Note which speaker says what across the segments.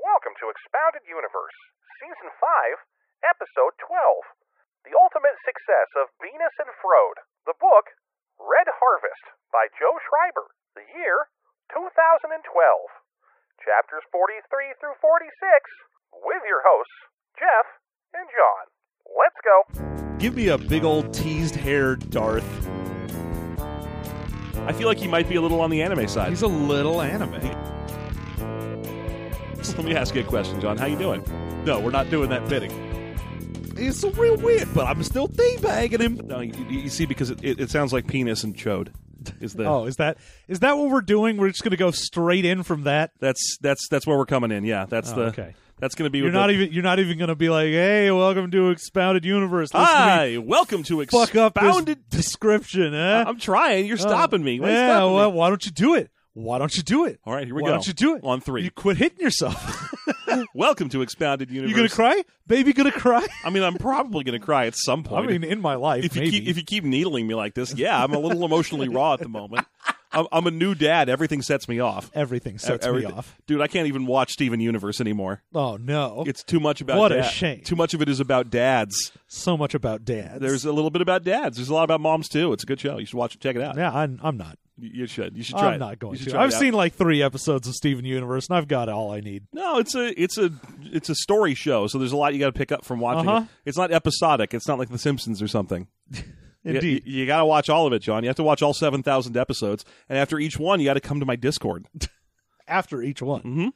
Speaker 1: welcome to Expounded Universe, Season 5, Episode 12 The Ultimate Success of Venus and Frode. The book, Red Harvest, by Joe Schreiber. The year, 2012. Chapters 43 through 46, with your hosts, Jeff and John. Let's go.
Speaker 2: Give me a big old teased hair, Darth. I feel like he might be a little on the anime side.
Speaker 3: He's a little anime.
Speaker 2: Let me ask you a question, John. How you doing? No, we're not doing that bidding.
Speaker 3: It's a real weird, but I'm still teabagging him.
Speaker 2: No, you, you- you see, because it, it, it sounds like penis and chode. Is the
Speaker 3: Oh, is that is that what we're doing? We're just going to go straight in from that.
Speaker 2: that's that's that's where we're coming in. Yeah, that's
Speaker 3: Oh,
Speaker 2: the
Speaker 3: okay.
Speaker 2: that's going to be.
Speaker 3: You're
Speaker 2: with
Speaker 3: not
Speaker 2: the,
Speaker 3: even you're not even going to be like, "Hey, welcome to Expounded Universe." Listen to me
Speaker 2: Hi, welcome to
Speaker 3: fuck up this
Speaker 2: Ah, Expounded.
Speaker 3: description, eh?
Speaker 2: I'm trying. You're stopping me. Why are you
Speaker 3: yeah,
Speaker 2: stopping me?
Speaker 3: well, why don't you do it? Why don't you do it?
Speaker 2: All right, here we
Speaker 3: why
Speaker 2: go.
Speaker 3: Why don't you do it?
Speaker 2: On three.
Speaker 3: You quit hitting yourself.
Speaker 2: welcome to Expounded Universe.
Speaker 3: you going to cry? Baby going to cry?
Speaker 2: I mean, I'm probably going to cry at some
Speaker 3: I
Speaker 2: point.
Speaker 3: mean, in my life,
Speaker 2: if you
Speaker 3: maybe.
Speaker 2: keep if you keep needling me like this, yeah, I'm a little emotionally raw at the moment. I'm, I'm a new dad. Everything sets me off.
Speaker 3: Everything sets
Speaker 2: Everything-
Speaker 3: me off.
Speaker 2: dude. I can't even watch Steven Universe anymore.
Speaker 3: Oh no!
Speaker 2: It's too much about
Speaker 3: What a
Speaker 2: dad-
Speaker 3: shame.
Speaker 2: Too much of it is about dads.
Speaker 3: so much about dads.
Speaker 2: There's a little bit about dads. There's a lot about moms too. It's a good show. You should watch it. Check it out.
Speaker 3: yeah, I'm, I'm not.
Speaker 2: You you should. You should try.
Speaker 3: I'm
Speaker 2: it.
Speaker 3: not going
Speaker 2: You should
Speaker 3: to.
Speaker 2: try
Speaker 3: I've
Speaker 2: it out.
Speaker 3: seen like three episodes of Steven Universe, and I've got all I need.
Speaker 2: No, it's a it's a it's a story show. So there's a lot you got to pick up from watching
Speaker 3: Uh-huh.
Speaker 2: it. It's not episodic. It's not like The Simpsons or something. You-
Speaker 3: Indeed.
Speaker 2: you, got to watch all of it, John. You have to watch all seven thousand episodes, and after each one, you got to come to my Discord.
Speaker 3: After each one,
Speaker 2: Mm-hmm.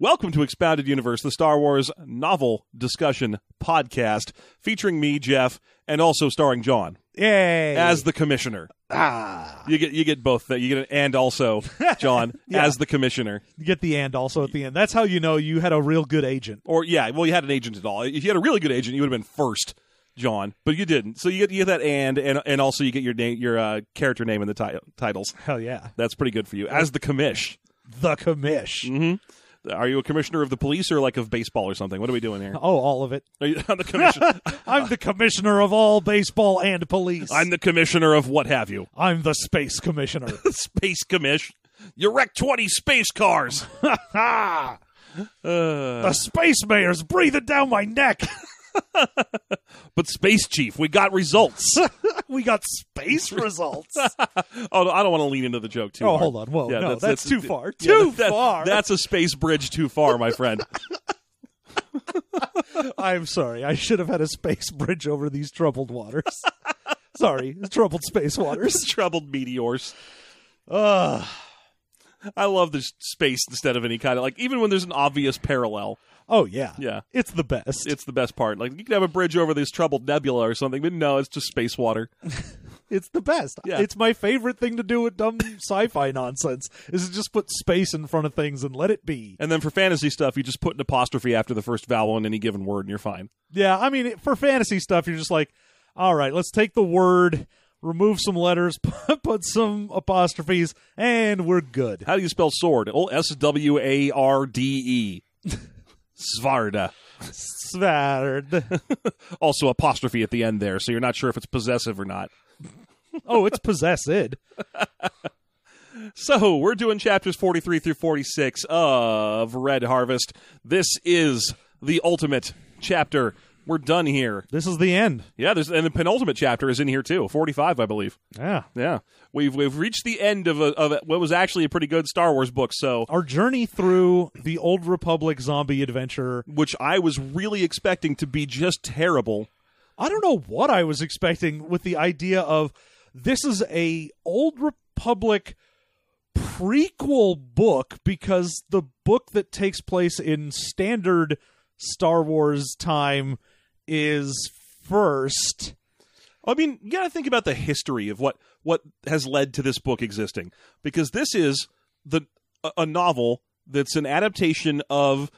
Speaker 2: Welcome to Expounded Universe, the Star Wars novel discussion podcast, featuring me, Jeff, and also starring John
Speaker 3: yay!
Speaker 2: as the Commissioner.
Speaker 3: ah,
Speaker 2: You get you get both. That you get an and also John as the Commissioner.
Speaker 3: you get the and also at the end. That's how you know you had a real good agent.
Speaker 2: Or yeah, well, you had an agent at all. If you had a really good agent, you would have been first, John. But you didn't. So you get you get that and and and also you get your name, your uh, character name in the ti- titles.
Speaker 3: Hell yeah,
Speaker 2: That's pretty good for you as the commish.
Speaker 3: the commish.
Speaker 2: Mm-hmm. Are you a commissioner of the police or like of baseball or something? What are we doing here?
Speaker 3: Oh, all of it.
Speaker 2: Are you, I'm the commissioner.
Speaker 3: I'm the commissioner of all baseball and police.
Speaker 2: I'm the commissioner of what have you?
Speaker 3: I'm the space commissioner.
Speaker 2: Space commish. You wrecked twenty space cars.
Speaker 3: ah,
Speaker 2: Uh,
Speaker 3: the space mayor's breathing down my neck.
Speaker 2: but space chief, we got results.
Speaker 3: we got space results.
Speaker 2: oh, no, I don't want to lean into the joke too.
Speaker 3: Oh,
Speaker 2: hard.
Speaker 3: hold on. Whoa, no, that's too far.
Speaker 2: yeah,
Speaker 3: Too
Speaker 2: that-
Speaker 3: far.
Speaker 2: That's a space bridge too far, my friend.
Speaker 3: I'm sorry. I should have had a space bridge over these troubled waters. sorry, troubled space waters.
Speaker 2: Troubled meteors.
Speaker 3: Ugh.
Speaker 2: I love this space instead of any kind of like even when there's an obvious parallel.
Speaker 3: Oh yeah,
Speaker 2: Yeah.
Speaker 3: It's the best. It's,
Speaker 2: It's the best part. Like you could have a bridge over this troubled nebula or something, but no, it's just space water.
Speaker 3: the best.
Speaker 2: Yeah.
Speaker 3: It's my favorite thing to do with dumb sci-fi nonsense is to just put space in front of things and let it be.
Speaker 2: And then for fantasy stuff, you just put an apostrophe after the first vowel in any given word, and you're fine.
Speaker 3: Yeah, I mean, it- for fantasy stuff, you're just like, all right, let's take the word, remove some letters, put some apostrophes, and we're good.
Speaker 2: How do you spell sword? Oh, S W A R D E. Svarda.
Speaker 3: Svard.
Speaker 2: Also apostrophe at the end there, so you're not sure if it's possessive or not.
Speaker 3: oh, it's possessed.
Speaker 2: So we're doing chapters 43 through 46 of Red Harvest. This is the ultimate chapter. We're done here.
Speaker 3: This is the end.
Speaker 2: Yeah, there's and the penultimate chapter is in here too, 45, I believe.
Speaker 3: Yeah.
Speaker 2: Yeah, we've we've reached the end of a, of a, what was actually a pretty good Star Wars book. So
Speaker 3: our journey through the old republic zombie adventure
Speaker 2: which I was really expecting to be just terrible.
Speaker 3: i don't know what i was expecting with the idea of this is a old republic prequel book because the book that takes place in standard star wars time is first
Speaker 2: I mean, you got to think about the history of what what has led to this book existing because this is the a, a novel that's an adaptation of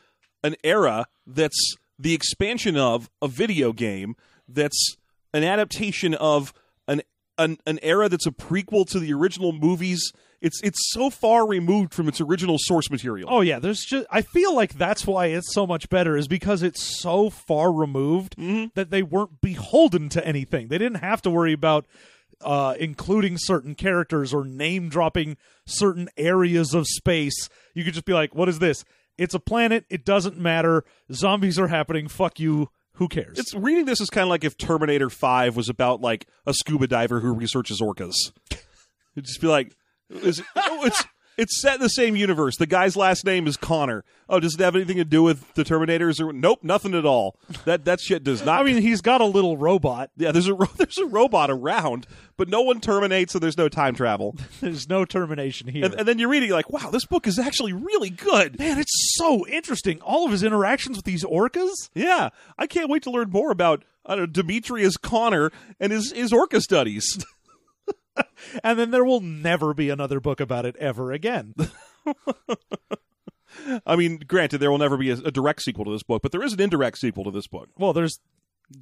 Speaker 2: an era that's the expansion of a video game that's an adaptation of an an, an era that's a prequel to the original movies. It's it's so far removed from its original source material.
Speaker 3: Oh yeah, there's just I feel like that's why it's so much better is because it's so far removed
Speaker 2: Mm-hmm.
Speaker 3: that they weren't beholden to anything. They didn't have to worry about uh, including certain characters or name dropping certain areas of space. You could just be like, "What is this? It's a planet. It doesn't matter. Zombies are happening. Fuck you. Who cares?
Speaker 2: It's reading this is kind of like if Terminator Five was about like a scuba diver who researches orcas. It'd just be like, is, oh, it's it's set in the same universe. The guy's last name is Connor. Oh, does it have anything to do with the Terminators? Or nope, nothing at all. That that shit does not.
Speaker 3: I mean, he's got a little robot.
Speaker 2: yeah, there's a ro- there's a robot around, but no one terminates, so there's no time travel.
Speaker 3: There's no termination here.
Speaker 2: And, and then you're reading like, wow, this book is actually really good.
Speaker 3: Man, it's so interesting. All of his interactions with these orcas.
Speaker 2: Yeah, I can't wait to learn more about I don't know, Demetrius Connor and his his orca studies.
Speaker 3: And then there will never be another book about it ever again.
Speaker 2: I mean, granted, there will never be a, a direct sequel to this book, but there is an indirect sequel to this book.
Speaker 3: Well, there's.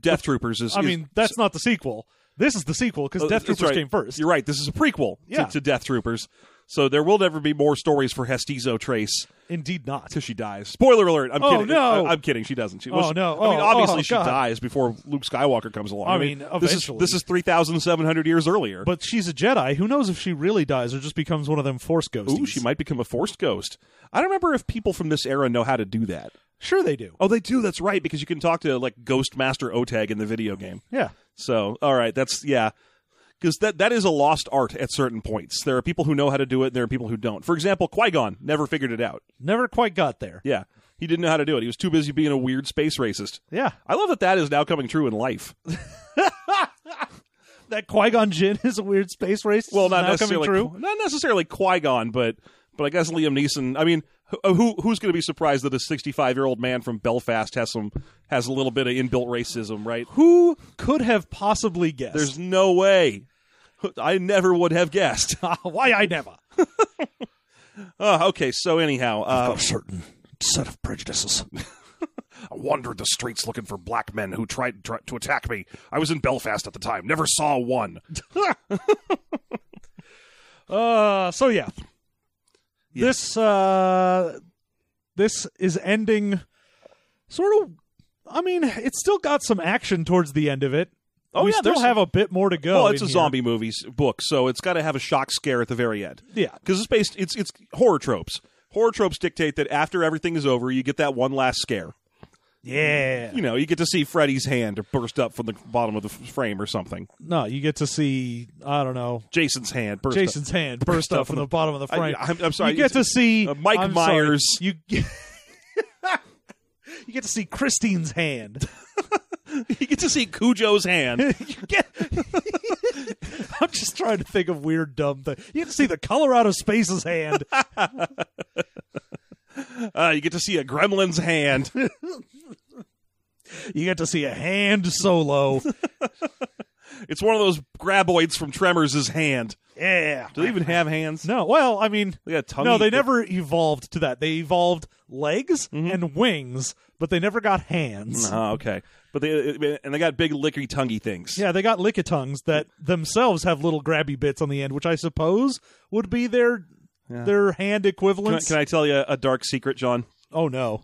Speaker 2: Death Troopers is.
Speaker 3: I
Speaker 2: is-
Speaker 3: mean, that's not the sequel. This is the sequel because
Speaker 2: uh,
Speaker 3: Death
Speaker 2: that's
Speaker 3: Troopers
Speaker 2: right.
Speaker 3: came first.
Speaker 2: You're right. This is a prequel
Speaker 3: Yeah.
Speaker 2: to, to Death Troopers, so there will never be more stories for Hestizo Trace
Speaker 3: Indeed, not.
Speaker 2: because she dies. Spoiler alert! I'm
Speaker 3: Oh,
Speaker 2: kidding.
Speaker 3: no.
Speaker 2: I, am kidding. She doesn't. She,
Speaker 3: Oh,
Speaker 2: she-
Speaker 3: no.
Speaker 2: I mean,
Speaker 3: Oh,
Speaker 2: obviously
Speaker 3: oh,
Speaker 2: she
Speaker 3: God.
Speaker 2: dies before Luke Skywalker comes along.
Speaker 3: I mean,
Speaker 2: this is
Speaker 3: eventually.
Speaker 2: this is three thousand seven hundred years earlier.
Speaker 3: But she's a Jedi. Who knows if she really dies or just becomes one of them Force ghosts?
Speaker 2: Ooh, she might become a forced ghost. I don't remember if people from this era know how to do that.
Speaker 3: Sure, they do.
Speaker 2: Oh, they do. That's right, because you can talk to like Ghost Master Otag in the video game.
Speaker 3: Yeah.
Speaker 2: So, all right, that's yeah, because that that is a lost art at certain points. There are people who know how to do it, and there are people who don't. For example, Qui Gon never figured it out.
Speaker 3: Never quite got there.
Speaker 2: Yeah, he didn't know how to do it. He was too busy being a weird space racist.
Speaker 3: Yeah.
Speaker 2: I love that that is now coming true in life.
Speaker 3: That Qui Gon Jinn is a weird space race.
Speaker 2: Well, not
Speaker 3: now coming
Speaker 2: necessarily
Speaker 3: true.
Speaker 2: not necessarily Qui Gon, but but I guess Liam Neeson. I mean, who- uh, who who's going to be surprised that a 65 year old man from Belfast has some has a little bit of inbuilt racism, right?
Speaker 3: Who could have possibly guessed?
Speaker 2: There's no way. I never would have guessed.
Speaker 3: why I never.
Speaker 2: Uh, okay, so anyhow, uh,
Speaker 3: certain set of prejudices.
Speaker 2: I wandered the streets looking for black men who tried tr- to attack me. I was in Belfast at the time. Never saw one.
Speaker 3: Uh, so yeah,
Speaker 2: Yeah.
Speaker 3: this uh, this is ending sort of. I mean, it's still got some action towards the end of it.
Speaker 2: Oh,
Speaker 3: we
Speaker 2: yeah,
Speaker 3: still
Speaker 2: there's-
Speaker 3: have a bit more to go.
Speaker 2: well, it's
Speaker 3: Oh, in
Speaker 2: a
Speaker 3: here.
Speaker 2: zombie movie s- book, so it's got to have a shock scare at the very end.
Speaker 3: Yeah,
Speaker 2: because it's based it's it's horror tropes. Horror tropes dictate that after everything is over, you get that one last scare.
Speaker 3: yeah.
Speaker 2: You know, you get to see Freddy's hand burst up from the bottom of the f- frame or something.
Speaker 3: No, you get to see. I don't know.
Speaker 2: Jason's hand burst up.
Speaker 3: Jason's hand burst up from the bottom of the
Speaker 2: I-
Speaker 3: frame.
Speaker 2: I'm- I'm sorry,
Speaker 3: You get to see
Speaker 2: uh, Mike
Speaker 3: I'm sorry,
Speaker 2: Myers.
Speaker 3: you get, you get to see Christine's hand.
Speaker 2: you get to see Cujo's hand.
Speaker 3: You get- I'm just trying to think of weird, dumb things. You get to see the Colorado Space's hand.
Speaker 2: Uh, you get to see a gremlin's hand.
Speaker 3: You get to see a hand solo.
Speaker 2: It's one of those graboids from Tremors' hand.
Speaker 3: Yeah.
Speaker 2: Do they even have hands?
Speaker 3: No, well, I mean,
Speaker 2: They got tongue.
Speaker 3: no, they never evolved to that. They evolved legs
Speaker 2: Mm-hmm.
Speaker 3: and wings, but they never got hands.
Speaker 2: Oh, okay, but they and they got big licky tonguey things.
Speaker 3: Yeah, they got lickitungs that themselves have little grabby bits on the end, which I suppose would be their their hand
Speaker 2: Can I,
Speaker 3: equivalents.
Speaker 2: can I tell you a dark secret, John?
Speaker 3: oh no!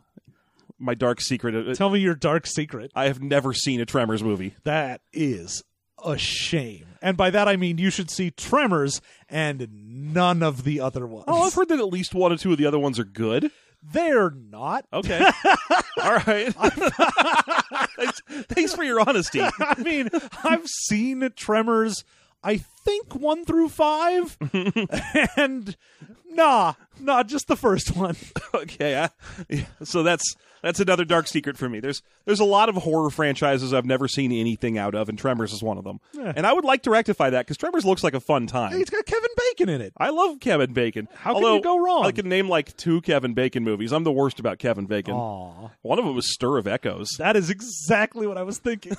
Speaker 2: My dark secret. uh,
Speaker 3: Tell me your dark secret.
Speaker 2: I have never seen a Tremors movie.
Speaker 3: That is a shame. And by that I mean you should see Tremors and none of the other ones.
Speaker 2: Oh, I've heard that at least one or two of the other ones are good.
Speaker 3: They're not.
Speaker 2: Okay. All right. thanks, thanks for your honesty.
Speaker 3: I mean, I've seen Tremors I think 1 through 5 and nah, nah, just the first one.
Speaker 2: Okay. I, yeah, so that's that's another dark secret for me. There's there's a lot of horror franchises I've never seen anything out of, and Tremors is one of them. And I would like to rectify that because Tremors looks like a fun time.
Speaker 3: It's got Kevin Bacon in it.
Speaker 2: I love Kevin Bacon. How
Speaker 3: can you go wrong?
Speaker 2: I can name like two Kevin Bacon movies. I'm the worst about Kevin Bacon.
Speaker 3: Aw.
Speaker 2: One of them was Stir of Echoes.
Speaker 3: That is exactly what I was thinking.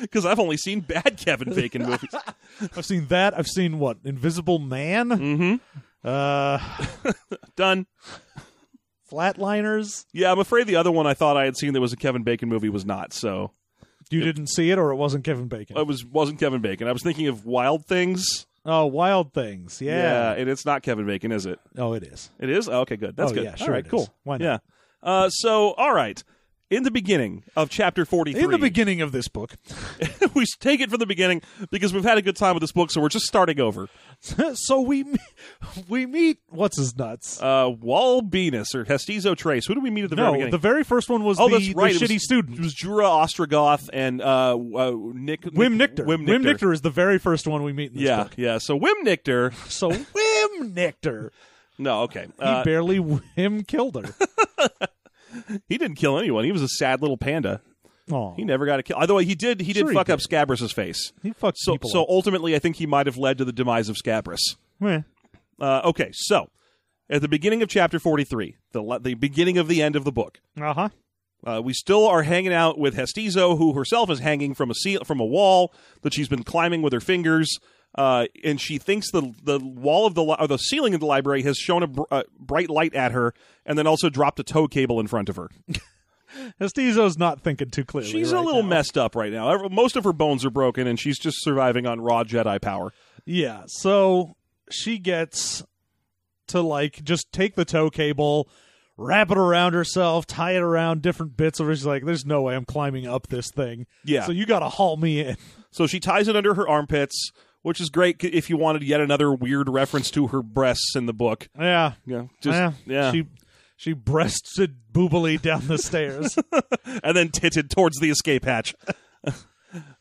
Speaker 2: because I've only seen bad Kevin Bacon movies.
Speaker 3: I've seen that. I've seen what? Invisible Man? Mm-hmm. Uh,
Speaker 2: Done.
Speaker 3: Flatliners?
Speaker 2: Yeah, I'm afraid the other one I thought I had seen that was a Kevin Bacon movie was not. So
Speaker 3: You didn't see it or it wasn't Kevin Bacon?
Speaker 2: it was wasn't Kevin Bacon. I was thinking of Wild Things.
Speaker 3: Oh, Wild Things. Yeah.
Speaker 2: and it's not Kevin Bacon, is it?
Speaker 3: Oh, it is.
Speaker 2: It is. Oh, okay, good. That's
Speaker 3: Oh,
Speaker 2: good.
Speaker 3: yeah, sure
Speaker 2: all right,
Speaker 3: it is.
Speaker 2: cool.
Speaker 3: Why not?
Speaker 2: Yeah. Uh, so all right, in the beginning of chapter 43.
Speaker 3: In the beginning of this book,
Speaker 2: we take it from the beginning because we've had a good time with this book, so we're just starting over.
Speaker 3: so we me- we meet what's his nuts.
Speaker 2: Uh, Walbinus or Hestizo Trace. Who do we meet at the very
Speaker 3: no,
Speaker 2: beginning?
Speaker 3: the very first one was
Speaker 2: oh,
Speaker 3: the,
Speaker 2: that's right.
Speaker 3: the
Speaker 2: it
Speaker 3: shitty
Speaker 2: was,
Speaker 3: student.
Speaker 2: It was Jura Ostrogoth and uh, uh, Nick,
Speaker 3: Wim
Speaker 2: Nick-
Speaker 3: Nichter.
Speaker 2: Wim
Speaker 3: Wim
Speaker 2: Nichter.
Speaker 3: Nichter is the very first one we meet in this
Speaker 2: Yeah,
Speaker 3: book.
Speaker 2: yeah. So Wim Nichter.
Speaker 3: So Wim Nichter.
Speaker 2: No, okay.
Speaker 3: He
Speaker 2: Uh,
Speaker 3: barely Wim killed her.
Speaker 2: he didn't kill anyone. He was a sad little panda.
Speaker 3: Aw,
Speaker 2: He never got a kill. Although he did, he did
Speaker 3: Sure he
Speaker 2: fuck up
Speaker 3: did.
Speaker 2: Scabrous' face.
Speaker 3: he fucked
Speaker 2: So,
Speaker 3: people
Speaker 2: so
Speaker 3: up.
Speaker 2: ultimately, I think he might have led to the demise of Scabrous.
Speaker 3: Meh.
Speaker 2: Uh, okay, so at the beginning of chapter 43, the, le- the beginning of the end of the book,
Speaker 3: Uh-huh.
Speaker 2: uh, we still are hanging out with Hestizo, who herself is hanging from a seal- from a wall that she's been climbing with her fingers. Uh, and she thinks the the wall of the li- or the ceiling of the library has shown a br- uh, bright light at her, and then also dropped a tow cable in front of her.
Speaker 3: Estizo's not thinking too clearly.
Speaker 2: She's
Speaker 3: right
Speaker 2: a little
Speaker 3: now.
Speaker 2: messed up right now. Ever- Most of her bones are broken, and she's just surviving on raw Jedi power.
Speaker 3: Yeah. So she gets to like just take the tow cable, wrap it around herself, tie it around different bits of her. She's like, there's no way I'm climbing up this thing.
Speaker 2: Yeah.
Speaker 3: So you got to haul me in.
Speaker 2: So she ties it under her armpits, which is great c- if you wanted yet another weird reference to her breasts in the book.
Speaker 3: Yeah.
Speaker 2: Yeah, just
Speaker 3: yeah.
Speaker 2: yeah.
Speaker 3: She she breasted boobily down the stairs.
Speaker 2: and then titted towards the escape hatch.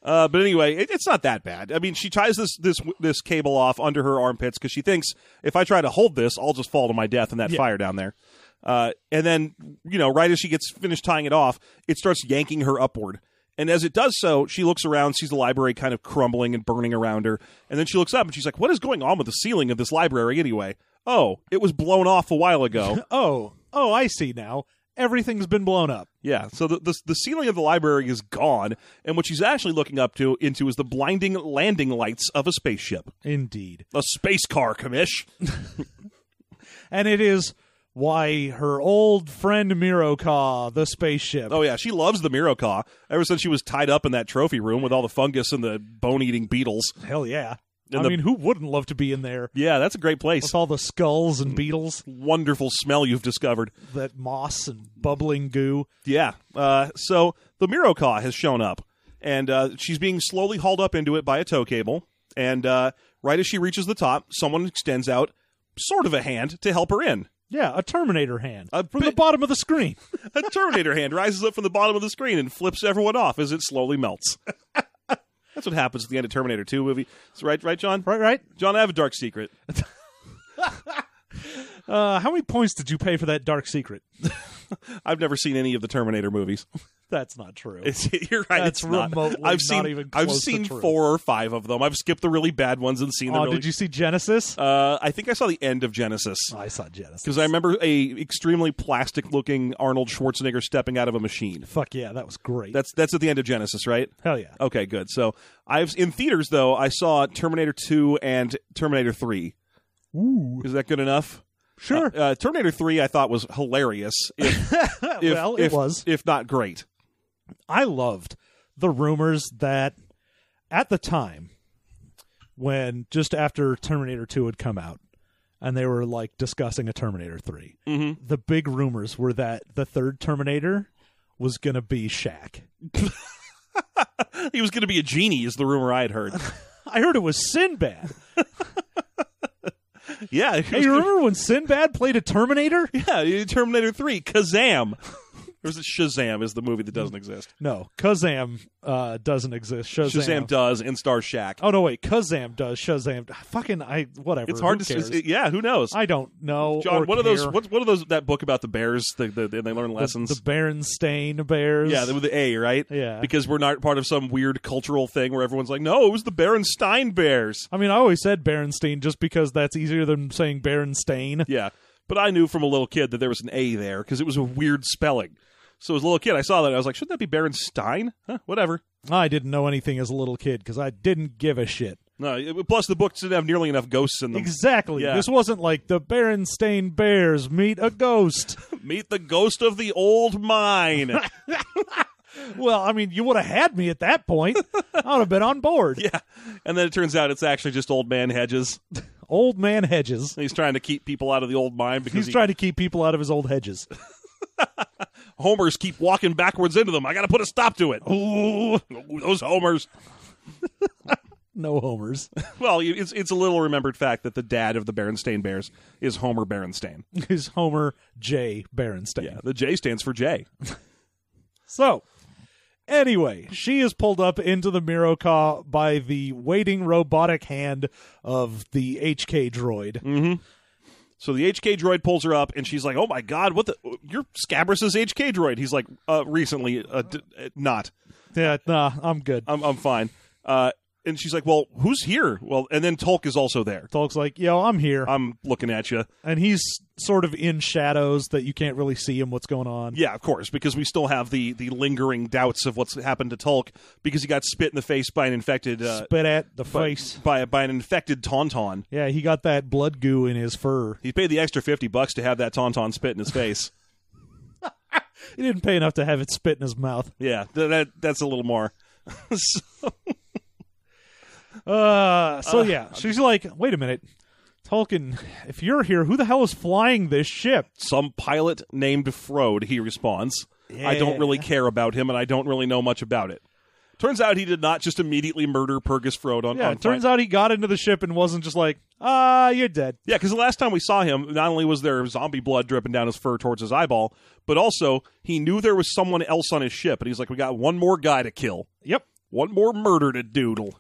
Speaker 2: uh, but anyway, it, it's not that bad. I mean, she ties this this this cable off under her armpits because she thinks if I try to hold this, I'll just fall to my death in that
Speaker 3: Yeah.
Speaker 2: fire down there. Uh, and then you know, right as she gets finished tying it off, it starts yanking her upward. And as it does so, she looks around, sees the library kind of crumbling and burning around her, and then she looks up and she's like, "What is going on with the ceiling of this library anyway?" Oh, it was blown off a while ago.
Speaker 3: oh, oh, I see now. Everything's been blown up.
Speaker 2: Yeah, so the, the the ceiling of the library is gone, and what she's actually looking up to into is the blinding landing lights of a spaceship,
Speaker 3: Indeed.
Speaker 2: a space car, commish.
Speaker 3: And it is why her old friend Miroka, the spaceship.
Speaker 2: Oh yeah, she loves the Mirokaw. Ever since she was tied up in that trophy room with all the fungus and the bone eating beetles.
Speaker 3: Hell yeah.
Speaker 2: And
Speaker 3: I
Speaker 2: the-
Speaker 3: mean, who wouldn't love to be in there?
Speaker 2: Yeah, that's a great place.
Speaker 3: With all the skulls and beetles,
Speaker 2: Wonderful smell you've discovered.
Speaker 3: that moss and bubbling goo.
Speaker 2: Yeah. Uh, so the Mirokaw has shown up, and uh, she's being slowly hauled up into it by a tow cable. And uh, right as she reaches the top, someone extends out sort of a hand to help her in.
Speaker 3: Yeah, a Terminator hand
Speaker 2: A
Speaker 3: from the
Speaker 2: bit-
Speaker 3: bottom of the screen.
Speaker 2: A Terminator hand rises up from the bottom of the screen and flips everyone off as it slowly melts. That's what happens at the end of Terminator 2 movie. It's right, right, John?
Speaker 3: Right, right.
Speaker 2: John, I have a dark secret.
Speaker 3: Uh, how many points did you pay for that dark secret?
Speaker 2: I've never seen any of the Terminator movies.
Speaker 3: That's not true.
Speaker 2: It's, you're right.
Speaker 3: That's
Speaker 2: it's not.
Speaker 3: remotely
Speaker 2: I've
Speaker 3: not
Speaker 2: seen.
Speaker 3: even
Speaker 2: I've
Speaker 3: close to
Speaker 2: seen
Speaker 3: true.
Speaker 2: four or five of them. I've skipped the really bad ones and seen the
Speaker 3: oh,
Speaker 2: really.
Speaker 3: did you see Genesis?
Speaker 2: uh, I think I saw the end of Genesis
Speaker 3: Oh, I saw Genesis.
Speaker 2: because I remember a extremely plastic looking Arnold Schwarzenegger stepping out of a machine.
Speaker 3: Fuck yeah, that was great.
Speaker 2: That's that's at the end of Genesis, right?
Speaker 3: Hell yeah.
Speaker 2: Okay, good. So I've in theaters though I saw Terminator Two and Terminator Three.
Speaker 3: Ooh,
Speaker 2: Is that good enough?
Speaker 3: sure.
Speaker 2: Uh, Terminator Three I thought was hilarious. If, if,
Speaker 3: well, it
Speaker 2: if-
Speaker 3: was.
Speaker 2: if not great.
Speaker 3: I loved the rumors that at the time when just after Terminator 2 had come out and they were like discussing a Terminator 3,
Speaker 2: Mhm.
Speaker 3: the big rumors were that the third Terminator was going to be Shaq.
Speaker 2: He was going to be a genie, is the rumor I had heard.
Speaker 3: I heard it was Sinbad.
Speaker 2: yeah,
Speaker 3: Hey, you remember when Sinbad played a Terminator?
Speaker 2: yeah, Terminator Three, Kazam. or is it Shazam? Is the movie that doesn't exist?
Speaker 3: No, Kazam uh, doesn't exist. Shazam.
Speaker 2: Shazam does and stars Shaq.
Speaker 3: oh no, wait, Kazam does. Shazam. Fucking I. Whatever.
Speaker 2: it's hard
Speaker 3: Who
Speaker 2: to.
Speaker 3: cares?
Speaker 2: It, yeah, who knows?
Speaker 3: I don't know.
Speaker 2: John,
Speaker 3: or
Speaker 2: what are those?
Speaker 3: care.
Speaker 2: What, what are those? That book about the bears? The, the, and they learn
Speaker 3: The-
Speaker 2: lessons.
Speaker 3: The, Berenstain Bears.
Speaker 2: Yeah, with the A, right?
Speaker 3: Yeah.
Speaker 2: Because we're not part of some weird cultural thing where everyone's like, no, it was the Berenstein Bears.
Speaker 3: I mean, I always said Berenstain just because that's easier than saying Berenstain.
Speaker 2: Yeah. But I knew from a little kid that there was an A there because it was a weird spelling. So as a little kid, I saw that. and I was like, shouldn't that be Berenstein? Huh, whatever.
Speaker 3: I didn't know anything as a little kid because I didn't give a shit.
Speaker 2: No, it- plus the book didn't have nearly enough ghosts in them.
Speaker 3: Exactly.
Speaker 2: Yeah.
Speaker 3: This wasn't like the Berenstain Bears meet a ghost.
Speaker 2: Meet the ghost of the old mine.
Speaker 3: well, I mean, you would have had me at that point. I would have been on board.
Speaker 2: yeah. And then it turns out it's actually just old man Hedges.
Speaker 3: Old man hedges.
Speaker 2: He's trying to keep people out of the old mine because
Speaker 3: He's
Speaker 2: he-
Speaker 3: trying to keep people out of his old hedges.
Speaker 2: homers keep walking backwards into them. I got to put a stop to it. Ooh, ooh, those homers.
Speaker 3: No homers.
Speaker 2: Well, it's it's a little remembered fact that the dad of the Berenstain Bears is Homer Berenstain.
Speaker 3: Is Homer J. Berenstain.
Speaker 2: Yeah, the J stands for Jay.
Speaker 3: So, anyway, she is pulled up into the Miroka by the waiting robotic hand of the HK droid.
Speaker 2: So the HK droid pulls her up, and she's like, "Oh my god, what the? You're Scabrous' HK droid." He's like, uh, "Recently, uh, d- uh, not.
Speaker 3: Yeah, nah, I'm good.
Speaker 2: I'm I'm fine." Uh, and she's like, "Well, who's here?" Well, and then Tolk is also there.
Speaker 3: Tolk's like, yo, I'm here.
Speaker 2: I'm looking at you.
Speaker 3: and he's sort of in shadows that you can't really see him what's going on.
Speaker 2: Yeah, of course, because we still have the the lingering doubts of what's happened to Tolk because he got spit in the face by an infected uh,
Speaker 3: Spit at the face.
Speaker 2: by by an infected Tauntaun.
Speaker 3: Yeah, he got that blood goo in his fur.
Speaker 2: He paid the extra fifty bucks to have that Tauntaun spit in his face.
Speaker 3: He didn't pay enough to have it spit in his mouth.
Speaker 2: yeah, th- that that's a little more. So-
Speaker 3: Uh, so yeah, she's like, wait a minute, Tolkien, if you're here, who the hell is flying this ship?
Speaker 2: some pilot named Frode, he responds. I don't really care about him and I don't really know much about it. Turns out he did not just immediately murder Purgus Frode on,
Speaker 3: Yeah,
Speaker 2: on
Speaker 3: it turns
Speaker 2: Fri-
Speaker 3: out he got into the ship and wasn't just like, ah, you're dead.
Speaker 2: Yeah, because the last time we saw him, not only was there zombie blood dripping down his fur towards his eyeball, but also he knew there was someone else on his ship, and he's like, "We got one more guy to kill,
Speaker 3: Yep.
Speaker 2: one more murder to doodle."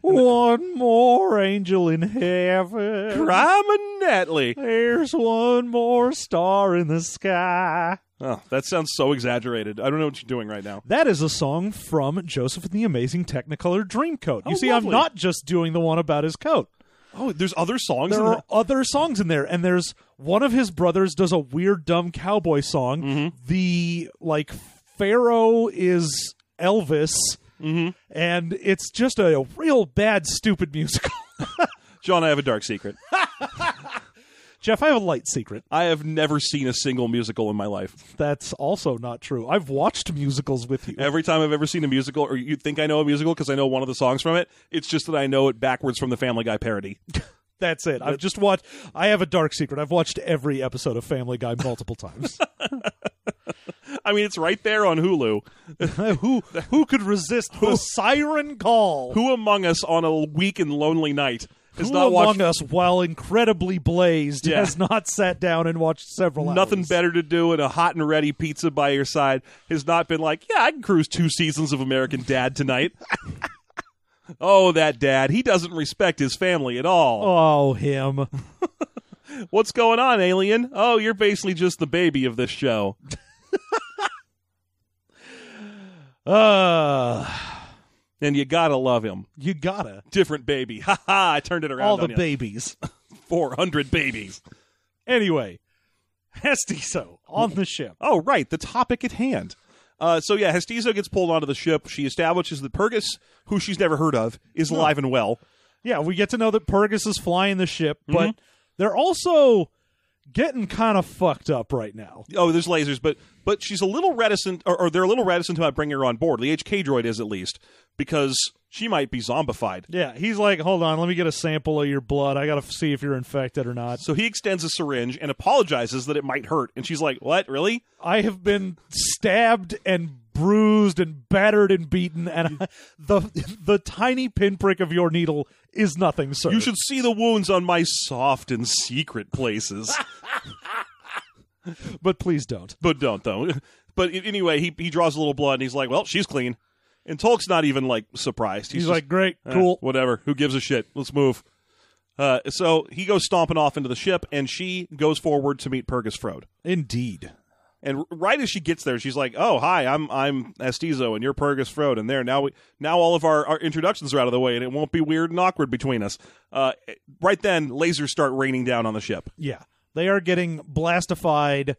Speaker 3: One more angel in heaven.
Speaker 2: Crime Natalie.
Speaker 3: There's one more star in the sky.
Speaker 2: Oh, that sounds so exaggerated. I don't know what you're doing right now.
Speaker 3: That is a song from Joseph and the Amazing Technicolor Dreamcoat. You
Speaker 2: Oh,
Speaker 3: see,
Speaker 2: lovely.
Speaker 3: I'm not just doing the one about his coat.
Speaker 2: Oh, there's other songs.
Speaker 3: There
Speaker 2: in
Speaker 3: are other songs in there, and there's one of his brothers does a weird, dumb cowboy song. The like Pharaoh is Elvis, and it's just a real bad, stupid musical.
Speaker 2: the- John, I have a dark secret.
Speaker 3: Jeff, I have a light secret.
Speaker 2: I have never seen a single musical in my life.
Speaker 3: That's also not true. I've watched musicals with you.
Speaker 2: Every time I've ever seen a musical, or you think I know a musical because I know one of the songs from it, it's just that I know it backwards from the Family Guy parody.
Speaker 3: That's it. I've just watched. I have a dark secret. I've watched every episode of Family Guy multiple times.
Speaker 2: I mean, it's right there on Hulu.
Speaker 3: who who could resist the siren call?
Speaker 2: Who among us on a weak and lonely night has
Speaker 3: Who
Speaker 2: not
Speaker 3: among
Speaker 2: watched
Speaker 3: us, while incredibly blazed,
Speaker 2: Yeah.
Speaker 3: has not sat down and watched several
Speaker 2: nothing
Speaker 3: hours?
Speaker 2: better to do and a hot and ready pizza by your side? Has not been like, yeah, I can cruise two seasons of American Dad tonight. oh, that dad. He doesn't respect his family at all.
Speaker 3: Oh, him.
Speaker 2: What's going on, alien? Oh, you're basically just the baby of this show.
Speaker 3: Uh,
Speaker 2: And you gotta love him.
Speaker 3: you gotta.
Speaker 2: different baby. Ha ha! I turned it around.
Speaker 3: All the
Speaker 2: on
Speaker 3: babies.
Speaker 2: four hundred babies.
Speaker 3: anyway, Hestizo on the ship.
Speaker 2: Oh, right. The topic at hand. Uh, so yeah, Hestizo gets pulled onto the ship. She establishes that Purgus, who she's never heard of, is alive and well.
Speaker 3: Yeah, we get to know that Purgus is flying the ship,
Speaker 2: Mm-hmm.
Speaker 3: but they're also getting kind of fucked up right now.
Speaker 2: Oh, there's lasers, but but she's a little reticent, or, or they're a little reticent about bringing her on board. The HK droid is at least because she might be zombified.
Speaker 3: Yeah, he's like, hold on, let me get a sample of your blood. I gotta see if you're infected or not.
Speaker 2: So he extends a syringe and apologizes that it might hurt, and she's like, "What? Really?
Speaker 3: I have been stabbed and bruised and battered and beaten, and the the tiny pinprick of your needle is nothing, sir.
Speaker 2: You should see the wounds on my soft and secret places."
Speaker 3: but please don't.
Speaker 2: but don't though. But a- anyway, he he draws a little blood and he's like, "Well, she's clean." And Tolk's not even like surprised.
Speaker 3: He's
Speaker 2: just,
Speaker 3: like, great,
Speaker 2: "Eh,
Speaker 3: cool.
Speaker 2: whatever. Who gives a shit? Let's move. Uh, so he goes stomping off into the ship, and she goes forward to meet Purgus Frode.
Speaker 3: Indeed.
Speaker 2: And r- right as she gets there, she's like, "Oh, hi, I'm I'm Estizo, and you're Purgus Frode." And there now we now all of our, our introductions are out of the way, and it won't be weird and awkward between us. Uh, right then, lasers start raining down on the ship.
Speaker 3: Yeah, they are getting blastified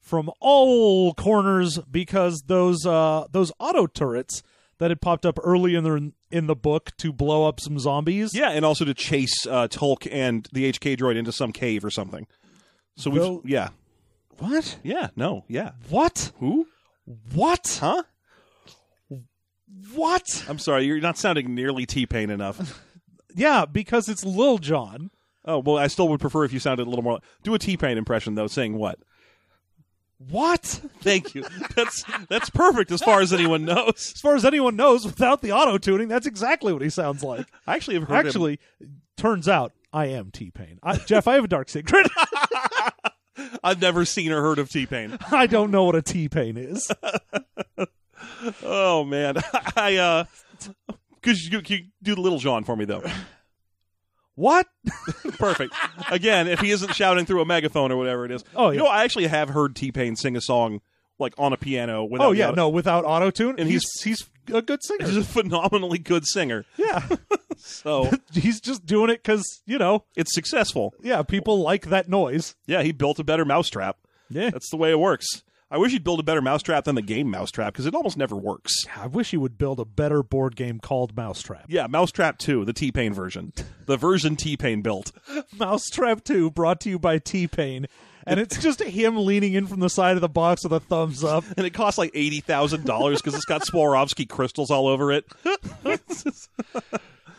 Speaker 3: from all corners because those uh those auto turrets that had popped up early in the in the book to blow up some zombies.
Speaker 2: Yeah, and also to chase uh, Tolk and the HK droid into some cave or something. So we,
Speaker 3: Though-
Speaker 2: have yeah,
Speaker 3: What?
Speaker 2: yeah, no, yeah.
Speaker 3: What?
Speaker 2: Who?
Speaker 3: What?
Speaker 2: Huh?
Speaker 3: What?
Speaker 2: I'm sorry, you're not sounding nearly T Pain enough.
Speaker 3: Yeah, because it's Lil John.
Speaker 2: oh well, I still would prefer if you sounded a little more. Do a T Pain impression though, saying what?
Speaker 3: What?
Speaker 2: Thank you. That's that's perfect as far as anyone knows.
Speaker 3: As far as anyone knows, without the auto tuning, that's exactly what he sounds like.
Speaker 2: I actually have heard him-
Speaker 3: Actually, turns out I am T Pain. Jeff, I have a dark secret.
Speaker 2: I've never seen or heard of T Pain.
Speaker 3: I don't know what a T Pain is.
Speaker 2: Oh man, I uh, could you, could you do the little John for me though?
Speaker 3: What?
Speaker 2: Perfect. Again, if he isn't shouting through a megaphone or whatever it is.
Speaker 3: Oh,
Speaker 2: You
Speaker 3: yeah.
Speaker 2: know, I actually have heard T Pain sing a song like on a piano. Without
Speaker 3: oh yeah,
Speaker 2: the-
Speaker 3: no, without auto tune,
Speaker 2: And
Speaker 3: he's he's a good
Speaker 2: He's
Speaker 3: singer.
Speaker 2: a phenomenally good singer.
Speaker 3: yeah,
Speaker 2: So
Speaker 3: he's just doing it because you know,
Speaker 2: it's successful.
Speaker 3: yeah, people like that noise.
Speaker 2: Yeah, he built a better mousetrap.
Speaker 3: Yeah,
Speaker 2: That's the way it works. I wish he'd build a better mousetrap than the game mousetrap because it almost never works.
Speaker 3: I wish he would build a better board game called Mousetrap.
Speaker 2: Yeah, Mousetrap 2, the T Pain version. The version T Pain built.
Speaker 3: Mousetrap Two, brought to you by T Pain, and it's just him leaning in from the side of the box with a thumbs up.
Speaker 2: And it costs like $80,000 because it's got Swarovski crystals all over it.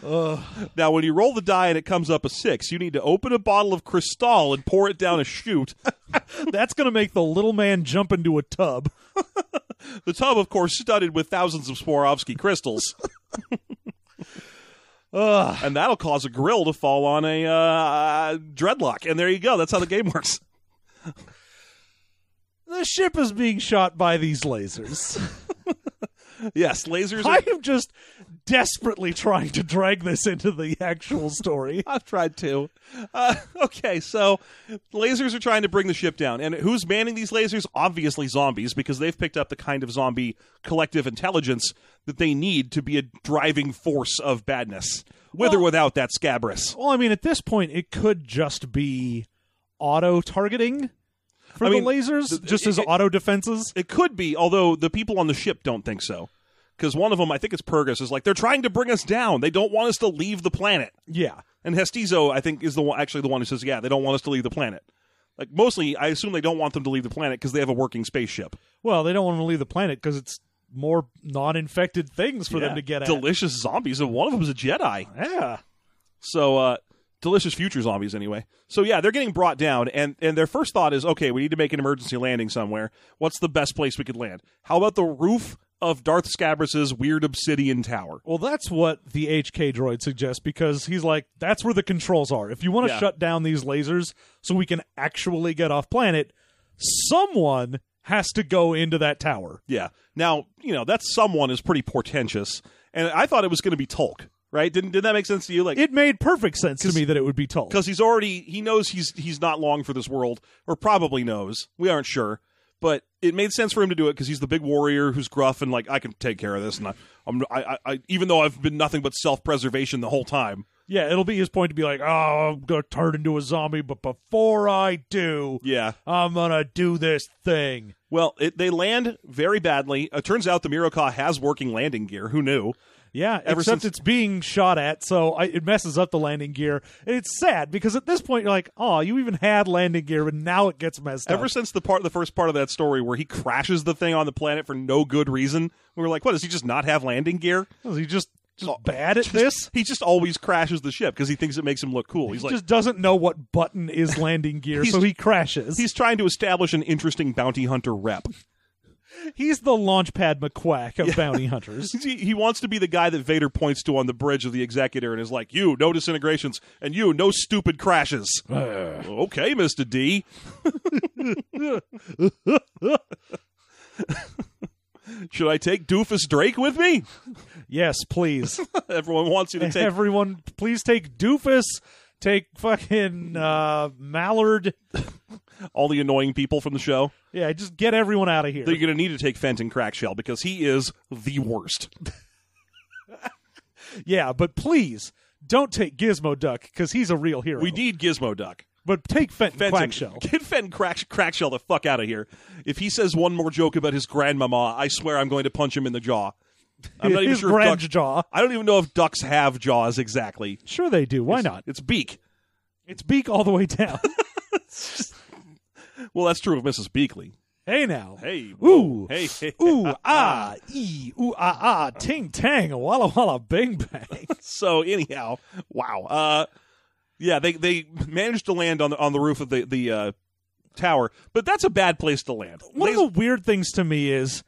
Speaker 2: Now, when you roll the die and it comes up a six, you need to open a bottle of Cristal and pour it down a chute.
Speaker 3: That's gonna make the little man jump into a tub.
Speaker 2: The tub, of course, studded with thousands of Swarovski crystals.
Speaker 3: Ugh.
Speaker 2: And that'll cause a grill to fall on a uh, dreadlock. And there you go. That's how the game works.
Speaker 3: The ship is being shot by these lasers.
Speaker 2: Yes, lasers. Are-
Speaker 3: I am just desperately trying to drag this into the actual story.
Speaker 2: I've tried to. Uh, okay, so lasers are trying to bring the ship down. And who's manning these lasers? Obviously, zombies, because they've picked up the kind of zombie collective intelligence that they need to be a driving force of badness, with or
Speaker 3: Well-
Speaker 2: without that scabrous.
Speaker 3: Well, I mean, at this point, it could just be auto targeting for
Speaker 2: I
Speaker 3: the
Speaker 2: mean,
Speaker 3: lasers,
Speaker 2: th-
Speaker 3: just
Speaker 2: it-
Speaker 3: as
Speaker 2: it-
Speaker 3: auto defenses.
Speaker 2: It could be, although the people on the ship don't think so. Because one of them, I think it's Purgus, is like, they're trying to bring us down. They don't want us to leave the planet.
Speaker 3: Yeah,
Speaker 2: And Hestizo, I think, is the one, actually the one who says, yeah, they don't want us to leave the planet. Like, mostly, I assume they don't want them to leave the planet because they have a working spaceship.
Speaker 3: well, they don't want to leave the planet because it's more non-infected things for
Speaker 2: Yeah.
Speaker 3: them to get at.
Speaker 2: Delicious zombies, and one of them is a Jedi.
Speaker 3: yeah,
Speaker 2: So, uh, delicious future zombies, anyway. So, yeah, they're getting brought down, and, and their first thought is, okay, we need to make an emergency landing somewhere. What's the best place we could land? How about the roof of Darth Scabrous' weird obsidian tower?
Speaker 3: well, that's what the HK droid suggests because he's like, that's where the controls are. If you want to
Speaker 2: Yeah.
Speaker 3: shut down these lasers so we can actually get off planet, someone has to go into that tower.
Speaker 2: Yeah. Now, you know, that someone is pretty portentous, and I thought it was going to be Tolk, right? Didn't, didn't that make sense to you? Like,
Speaker 3: It made perfect sense to me that it would be told.
Speaker 2: because he's already he knows he's he's not long for this world, or probably knows. We aren't sure, but it made sense for him to do it because he's the big warrior who's gruff and like I can take care of this, and I, I'm I, I, I even though I've been nothing but self preservation the whole time.
Speaker 3: Yeah, it'll be his point to be like, oh, I'm going to turn into a zombie, but before I do,
Speaker 2: Yeah.
Speaker 3: I'm going to do this thing.
Speaker 2: Well, it, they land very badly. It turns out the Mirokaw has working landing gear. Who knew?
Speaker 3: Yeah,
Speaker 2: Ever
Speaker 3: except
Speaker 2: since-
Speaker 3: it's being shot at, so I, it messes up the landing gear. And it's sad because at this point, you're like, oh, you even had landing gear, but now it gets messed
Speaker 2: Ever
Speaker 3: up.
Speaker 2: since the part, the first part of that story where he crashes the thing on the planet for no good reason, we were like, "What does he just not have landing gear?"
Speaker 3: Is he just, just bad at Oh. this?
Speaker 2: He just always crashes the ship because he thinks it makes him look cool. He's
Speaker 3: He
Speaker 2: like,
Speaker 3: just doesn't know what button is landing gear,
Speaker 2: He's-
Speaker 3: so he crashes. He's,
Speaker 2: he's trying to establish an interesting bounty hunter rep.
Speaker 3: the launchpad McQuack of bounty hunters.
Speaker 2: He, he wants to be the guy that Vader points to on the bridge of the Executor and is like, "You, no disintegrations, and you, no stupid crashes." okay, Mister D. Should I take Doofus Drake with me?
Speaker 3: Yes, please.
Speaker 2: Everyone wants you to take.
Speaker 3: Everyone, please take Doofus. Take fucking uh, Mallard.
Speaker 2: all the annoying people from the show.
Speaker 3: Yeah, just get everyone out of here.
Speaker 2: They're going to need to take Fenton Crackshell because he is the worst.
Speaker 3: yeah, but please don't take Gizmo Duck because he's a real hero.
Speaker 2: We need Gizmo Duck.
Speaker 3: but take Fenton,
Speaker 2: Fenton,
Speaker 3: Quackshell.
Speaker 2: Get Fenton Crack, Crackshell the fuck out of here. If he says one more joke about his grandmama, I swear I'm going to punch him in the jaw. I'm not even
Speaker 3: His
Speaker 2: sure if
Speaker 3: grand
Speaker 2: ducks,
Speaker 3: jaw.
Speaker 2: I don't even know if ducks have jaws exactly.
Speaker 3: Sure they do. Why not?
Speaker 2: It's beak.
Speaker 3: It's beak all the way down.
Speaker 2: Well, that's true of Mrs. Beakley.
Speaker 3: hey now.
Speaker 2: Hey.
Speaker 3: Ooh.
Speaker 2: Hey. hey.
Speaker 3: Ooh ah ee ooh ah ah ting tang walla walla bing bang.
Speaker 2: So anyhow, wow. Uh, yeah, they they managed to land on the on the roof of the the uh, tower, but that's a bad place to land.
Speaker 3: One of the weird things to me is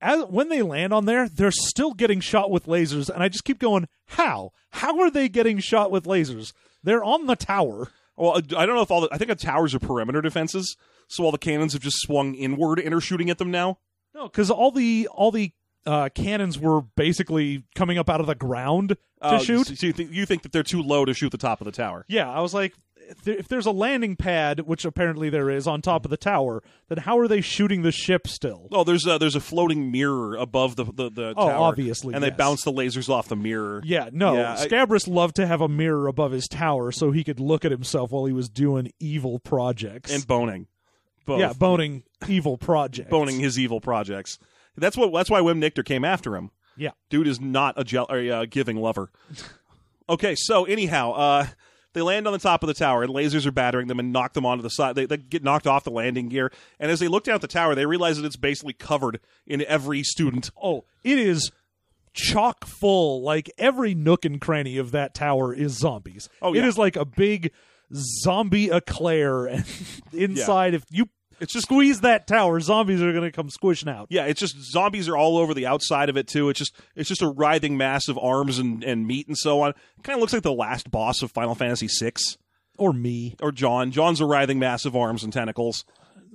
Speaker 3: as, when they land on there, they're still getting shot with lasers, and I just keep going, how? How are they getting shot with lasers? They're on the tower.
Speaker 2: Well, I don't know if all the I think the towers are perimeter defenses, so all the cannons have just swung inward and are shooting at them now.
Speaker 3: No, because all the all the uh, cannons were basically coming up out of the ground to
Speaker 2: Uh,
Speaker 3: shoot.
Speaker 2: So you think, you think that they're too low to shoot the top of the tower?
Speaker 3: Yeah, I was like, if, there, if there's a landing pad, which apparently there is on top of the tower, then how are they shooting the ship still?
Speaker 2: No, there's a, there's a floating mirror above the the, the
Speaker 3: Oh,
Speaker 2: tower,
Speaker 3: obviously,
Speaker 2: and
Speaker 3: yes.
Speaker 2: they bounce the lasers off the mirror.
Speaker 3: Yeah, no.
Speaker 2: Yeah, I-
Speaker 3: Scabrous loved to have a mirror above his tower so he could look at himself while he was doing evil projects.
Speaker 2: and boning, both.
Speaker 3: yeah, boning evil projects.
Speaker 2: boning his evil projects. That's what. That's why Wim Nichter came after him.
Speaker 3: Yeah.
Speaker 2: dude is not a gel- or, uh, giving lover. okay, so anyhow, uh, they land on the top of the tower, and lasers are battering them and knock them onto the side. They, they get knocked off the landing gear, and as they look down at the tower, they realize that it's basically covered in every student.
Speaker 3: Oh, it is chock full. Like every nook and cranny of that tower is zombies.
Speaker 2: Oh,
Speaker 3: It
Speaker 2: yeah.
Speaker 3: is like a big zombie eclair and inside if you
Speaker 2: It's just
Speaker 3: squeeze that tower, zombies are going to come squishing out.
Speaker 2: yeah, it's just zombies are all over the outside of it too. It's just it's just a writhing mass of arms and, and meat and so on. Kind of looks like the last boss of Final Fantasy VI
Speaker 3: Or me.
Speaker 2: or John. John's a writhing mass of arms and tentacles.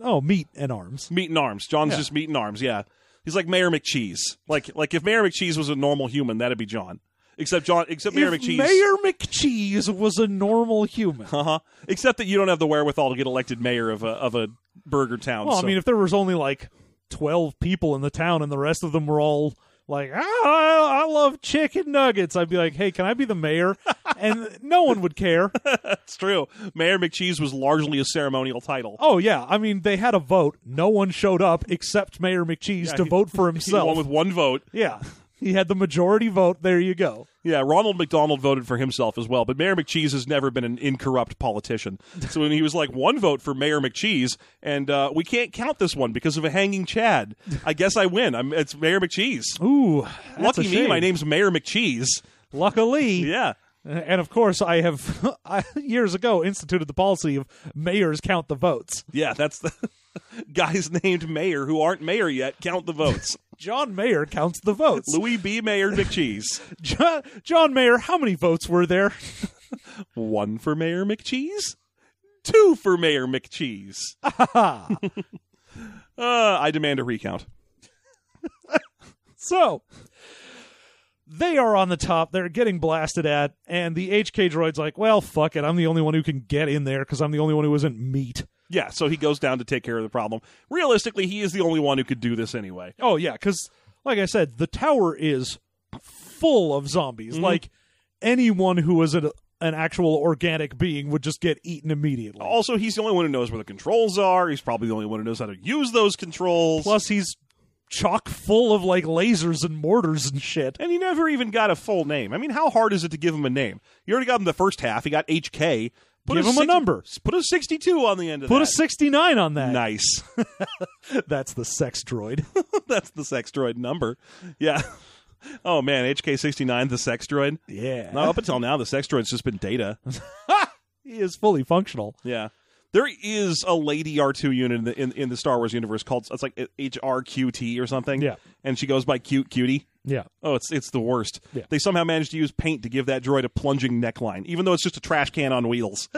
Speaker 3: Oh, meat and arms.
Speaker 2: meat and arms. John's just meat and arms. Yeah, he's like Mayor McCheese. Like like if Mayor McCheese was a normal human, that'd be John. Except John. Except Mayor
Speaker 3: if
Speaker 2: McCheese.
Speaker 3: Mayor McCheese was a normal human.
Speaker 2: uh huh. Except that you don't have the wherewithal to get elected mayor of a of a burger town.
Speaker 3: Well,
Speaker 2: so-
Speaker 3: I mean, if there was only like twelve people in the town, and the rest of them were all like, "Ah, I love chicken nuggets," I'd be like, "Hey, can I be the mayor?" and no one would care.
Speaker 2: that's true. Mayor McCheese was largely a ceremonial title.
Speaker 3: Oh yeah, I mean, they had a vote. No one showed up except Mayor McCheese to
Speaker 2: he-
Speaker 3: vote for
Speaker 2: He won
Speaker 3: himself.
Speaker 2: with one vote.
Speaker 3: yeah, he had the majority vote. There you go.
Speaker 2: Yeah, Ronald McDonald voted for himself as well, but Mayor McCheese has never been an incorrupt politician. So when he was like, one vote for Mayor McCheese, and uh, we can't count this one because of a hanging Chad. I guess I win. I'm, it's Mayor McCheese.
Speaker 3: Ooh, that's
Speaker 2: Lucky
Speaker 3: a
Speaker 2: me,
Speaker 3: shame.
Speaker 2: my name's Mayor McCheese.
Speaker 3: Luckily,
Speaker 2: Yeah.
Speaker 3: and of course, I have I, years ago instituted the policy of mayors count the votes.
Speaker 2: Yeah, that's the guys named Mayor who aren't mayor yet count the votes.
Speaker 3: John Mayer counts the votes.
Speaker 2: Louis B. Mayor McCheese.
Speaker 3: John, John Mayer, how many votes were there?
Speaker 2: One for Mayor McCheese, two for Mayor McCheese. uh, I demand a recount.
Speaker 3: So they are on the top. They're getting blasted at, and the HK droid's like, "Well, fuck it. I'm the only one who can get in there because I'm the only one who isn't meat."
Speaker 2: Yeah, so he goes down to take care of the problem. Realistically, he is the only one who could do this anyway.
Speaker 3: Oh yeah, because like I said, the tower is full of zombies.
Speaker 2: Mm-hmm.
Speaker 3: Like anyone who is an, an actual organic being would just get eaten immediately.
Speaker 2: Also, he's the only one who knows where the controls are. He's probably the only one who knows how to use those controls.
Speaker 3: Plus, he's chock full of like lasers and mortars and shit.
Speaker 2: And he never even got a full name. I mean, how hard is it to give him a name? You already got him the first half. He got HK. Put
Speaker 3: Give him a
Speaker 2: six-
Speaker 3: number.
Speaker 2: Put a 62 on the end of
Speaker 3: Put a
Speaker 2: that.
Speaker 3: 69 on that.
Speaker 2: nice.
Speaker 3: That's the sex droid.
Speaker 2: That's the sex droid number. Yeah. Oh, man. HK69, the sex droid.
Speaker 3: yeah.
Speaker 2: Now, up until now, the sex droid's just been data.
Speaker 3: He is fully functional.
Speaker 2: Yeah. There is a lady R two unit in the in, in the Star Wars universe called it's like HRQT or something.
Speaker 3: Yeah.
Speaker 2: and she goes by Cute Cutie.
Speaker 3: Yeah.
Speaker 2: Oh, it's it's the worst.
Speaker 3: Yeah.
Speaker 2: They somehow managed to use paint to give that droid a plunging neckline, even though it's just a trash can on wheels.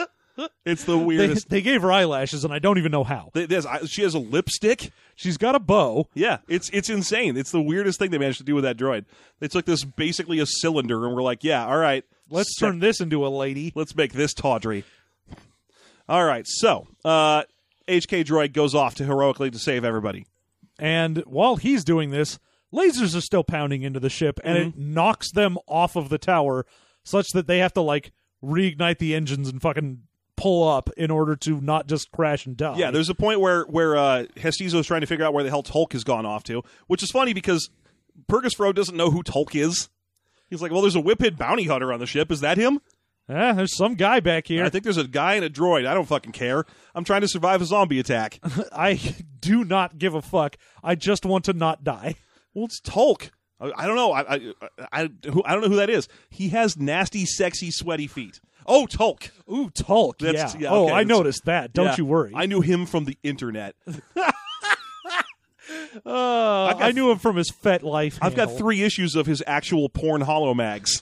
Speaker 2: it's the
Speaker 3: They,
Speaker 2: weirdest.
Speaker 3: they gave her eyelashes, and I don't even know how.
Speaker 2: Th- this- I- she has a lipstick.
Speaker 3: She's got a bow.
Speaker 2: Yeah, it's it's insane. It's the weirdest thing they managed to do with that droid. They took this basically a cylinder and we're like, yeah, all right,
Speaker 3: Let's
Speaker 2: sec-
Speaker 3: turn this into a lady.
Speaker 2: Let's make this tawdry. All right, so uh, HK droid goes off to heroically to save everybody.
Speaker 3: And while he's doing this, lasers are still pounding into the ship, and it knocks them off of the tower such that they have to, like, reignite the engines and fucking pull up in order to not just crash and die.
Speaker 2: Yeah, there's a point where where uh, Hestizo's trying to figure out where the hell Tulk has gone off to, which is funny because Purgus Fro doesn't know who Tulk is. He's like, well, there's a whippet bounty hunter on the ship. Is that him?
Speaker 3: Eh, there's some guy back here.
Speaker 2: I think there's a guy and a droid. I don't fucking care. I'm trying to survive a zombie attack.
Speaker 3: I do not give a fuck. I just want to not die.
Speaker 2: well, it's Tulk. I, I don't know. I I, I I who- I don't know who that is. He has nasty, sexy, sweaty feet. Oh, Tulk.
Speaker 3: Ooh, Tulk.
Speaker 2: That's-
Speaker 3: yeah.
Speaker 2: yeah,
Speaker 3: Oh,
Speaker 2: okay,
Speaker 3: I
Speaker 2: that's-
Speaker 3: noticed that. Don't
Speaker 2: Yeah.
Speaker 3: you worry.
Speaker 2: I knew him from the internet.
Speaker 3: Uh,
Speaker 2: I've got
Speaker 3: I knew him from his fet life.
Speaker 2: I've got three issues of his actual porn hollow mags.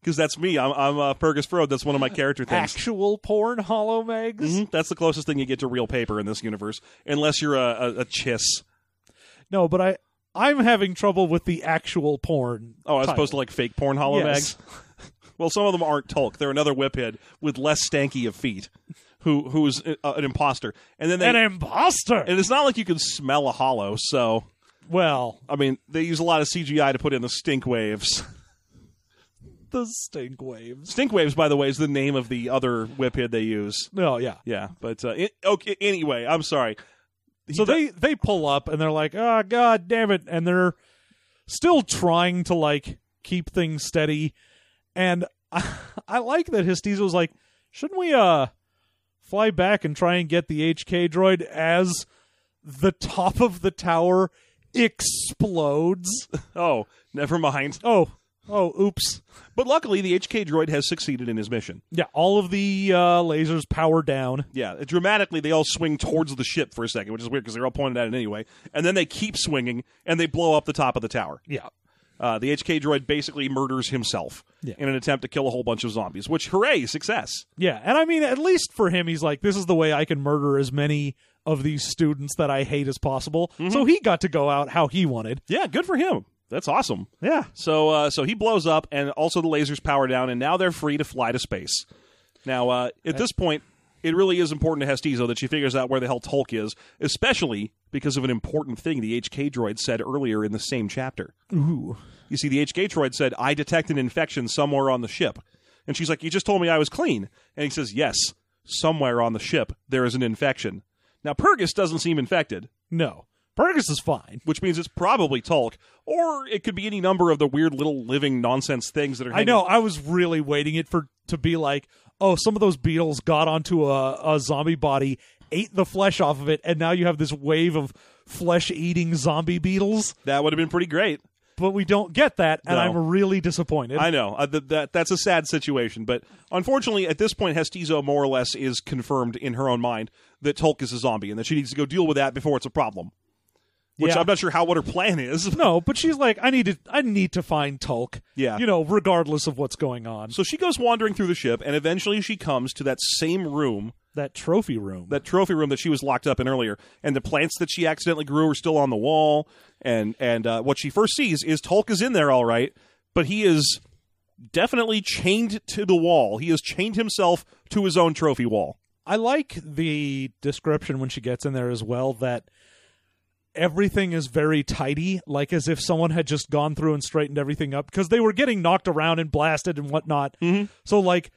Speaker 2: Because that's me. I'm, I'm uh, Fergus Frode. That's one of my character things.
Speaker 3: actual porn hollow mags.
Speaker 2: Mhm. That's the closest thing you get to real paper in this universe, unless you're a, a, a chiss.
Speaker 3: No, but I I'm having trouble with the actual porn.
Speaker 2: Oh, as
Speaker 3: title.
Speaker 2: opposed to like fake porn hollow
Speaker 3: Yes.
Speaker 2: mags. Well, some of them aren't Tulk. They're another whiphead with less stanky of feet, who who is uh, an imposter. And then they,
Speaker 3: an imposter.
Speaker 2: and it's not like you can smell a hollow. So
Speaker 3: well,
Speaker 2: I mean, they use a lot of CGI to put in the stink waves.
Speaker 3: the stink waves.
Speaker 2: Stink waves, by the way, is the name of the other whiphead they use.
Speaker 3: No, yeah.
Speaker 2: Yeah, but uh, it, okay. Anyway, I'm sorry. He
Speaker 3: So
Speaker 2: do-
Speaker 3: they they pull up and they're like, "Oh god damn it." And they're still trying to like keep things steady. And I, I like that Hestizo was like, "Shouldn't we uh fly back and try and get the HK droid as the top of the tower explodes?"
Speaker 2: oh, never mind.
Speaker 3: oh, oh, oops.
Speaker 2: But luckily, the HK droid has succeeded in his mission.
Speaker 3: Yeah, all of the uh, lasers power down.
Speaker 2: Yeah, dramatically, they all swing towards the ship for a second, which is weird because they're all pointed at it anyway. And then they keep swinging and they blow up the top of the tower.
Speaker 3: Yeah.
Speaker 2: Uh, the HK droid basically murders himself
Speaker 3: Yeah.
Speaker 2: in an attempt to kill a whole bunch of zombies, which, hooray, success.
Speaker 3: Yeah, and I mean, at least for him, he's like, this is the way I can murder as many of these students that I hate as possible. So he got to go out how he wanted.
Speaker 2: Yeah, good for him. That's awesome.
Speaker 3: Yeah.
Speaker 2: So, uh, so he blows up, and also the lasers power down, and now they're free to fly to space. Now, uh, at this point, it really is important to Hestizo that she figures out where the hell Tulk is, especially because of an important thing the HK droid said earlier in the same chapter.
Speaker 3: Ooh.
Speaker 2: You see, the HK droid said, I detect an infection somewhere on the ship. And she's like, You just told me I was clean. And he says, Yes, somewhere on the ship, there is an infection. Now, Purgus doesn't seem infected,
Speaker 3: No. Pergus is fine.
Speaker 2: which means it's probably Tulk, or it could be any number of the weird little living nonsense things that are
Speaker 3: I
Speaker 2: hanging
Speaker 3: know. I was really waiting it for to be like, oh, some of those beetles got onto a, a zombie body, ate the flesh off of it, and now you have this wave of flesh eating zombie beetles.
Speaker 2: That would have been pretty great.
Speaker 3: But we don't get that, and
Speaker 2: No.
Speaker 3: I'm really disappointed.
Speaker 2: I know uh, th- that that's a sad situation, but unfortunately, at this point, Hestizo more or less is confirmed in her own mind that Tulk is a zombie and that she needs to go deal with that before it's a problem. Which
Speaker 3: Yeah.
Speaker 2: I'm not sure how what her plan is.
Speaker 3: no, but she's like, I need to, I need to find Tulk.
Speaker 2: Yeah.
Speaker 3: you know, regardless of what's going on.
Speaker 2: So she goes wandering through the ship, and eventually she comes to that same room,
Speaker 3: that trophy room.
Speaker 2: that trophy room that she was locked up in earlier. And the plants that she accidentally grew are still on the wall. And and uh, what she first sees is Tulk is in there, all right, but he is definitely chained to the wall. He has chained himself to his own trophy wall.
Speaker 3: I like the description when she gets in there as well that everything is very tidy, like as if someone had just gone through and straightened everything up because they were getting knocked around and blasted and whatnot.
Speaker 2: Mm-hmm.
Speaker 3: So, like,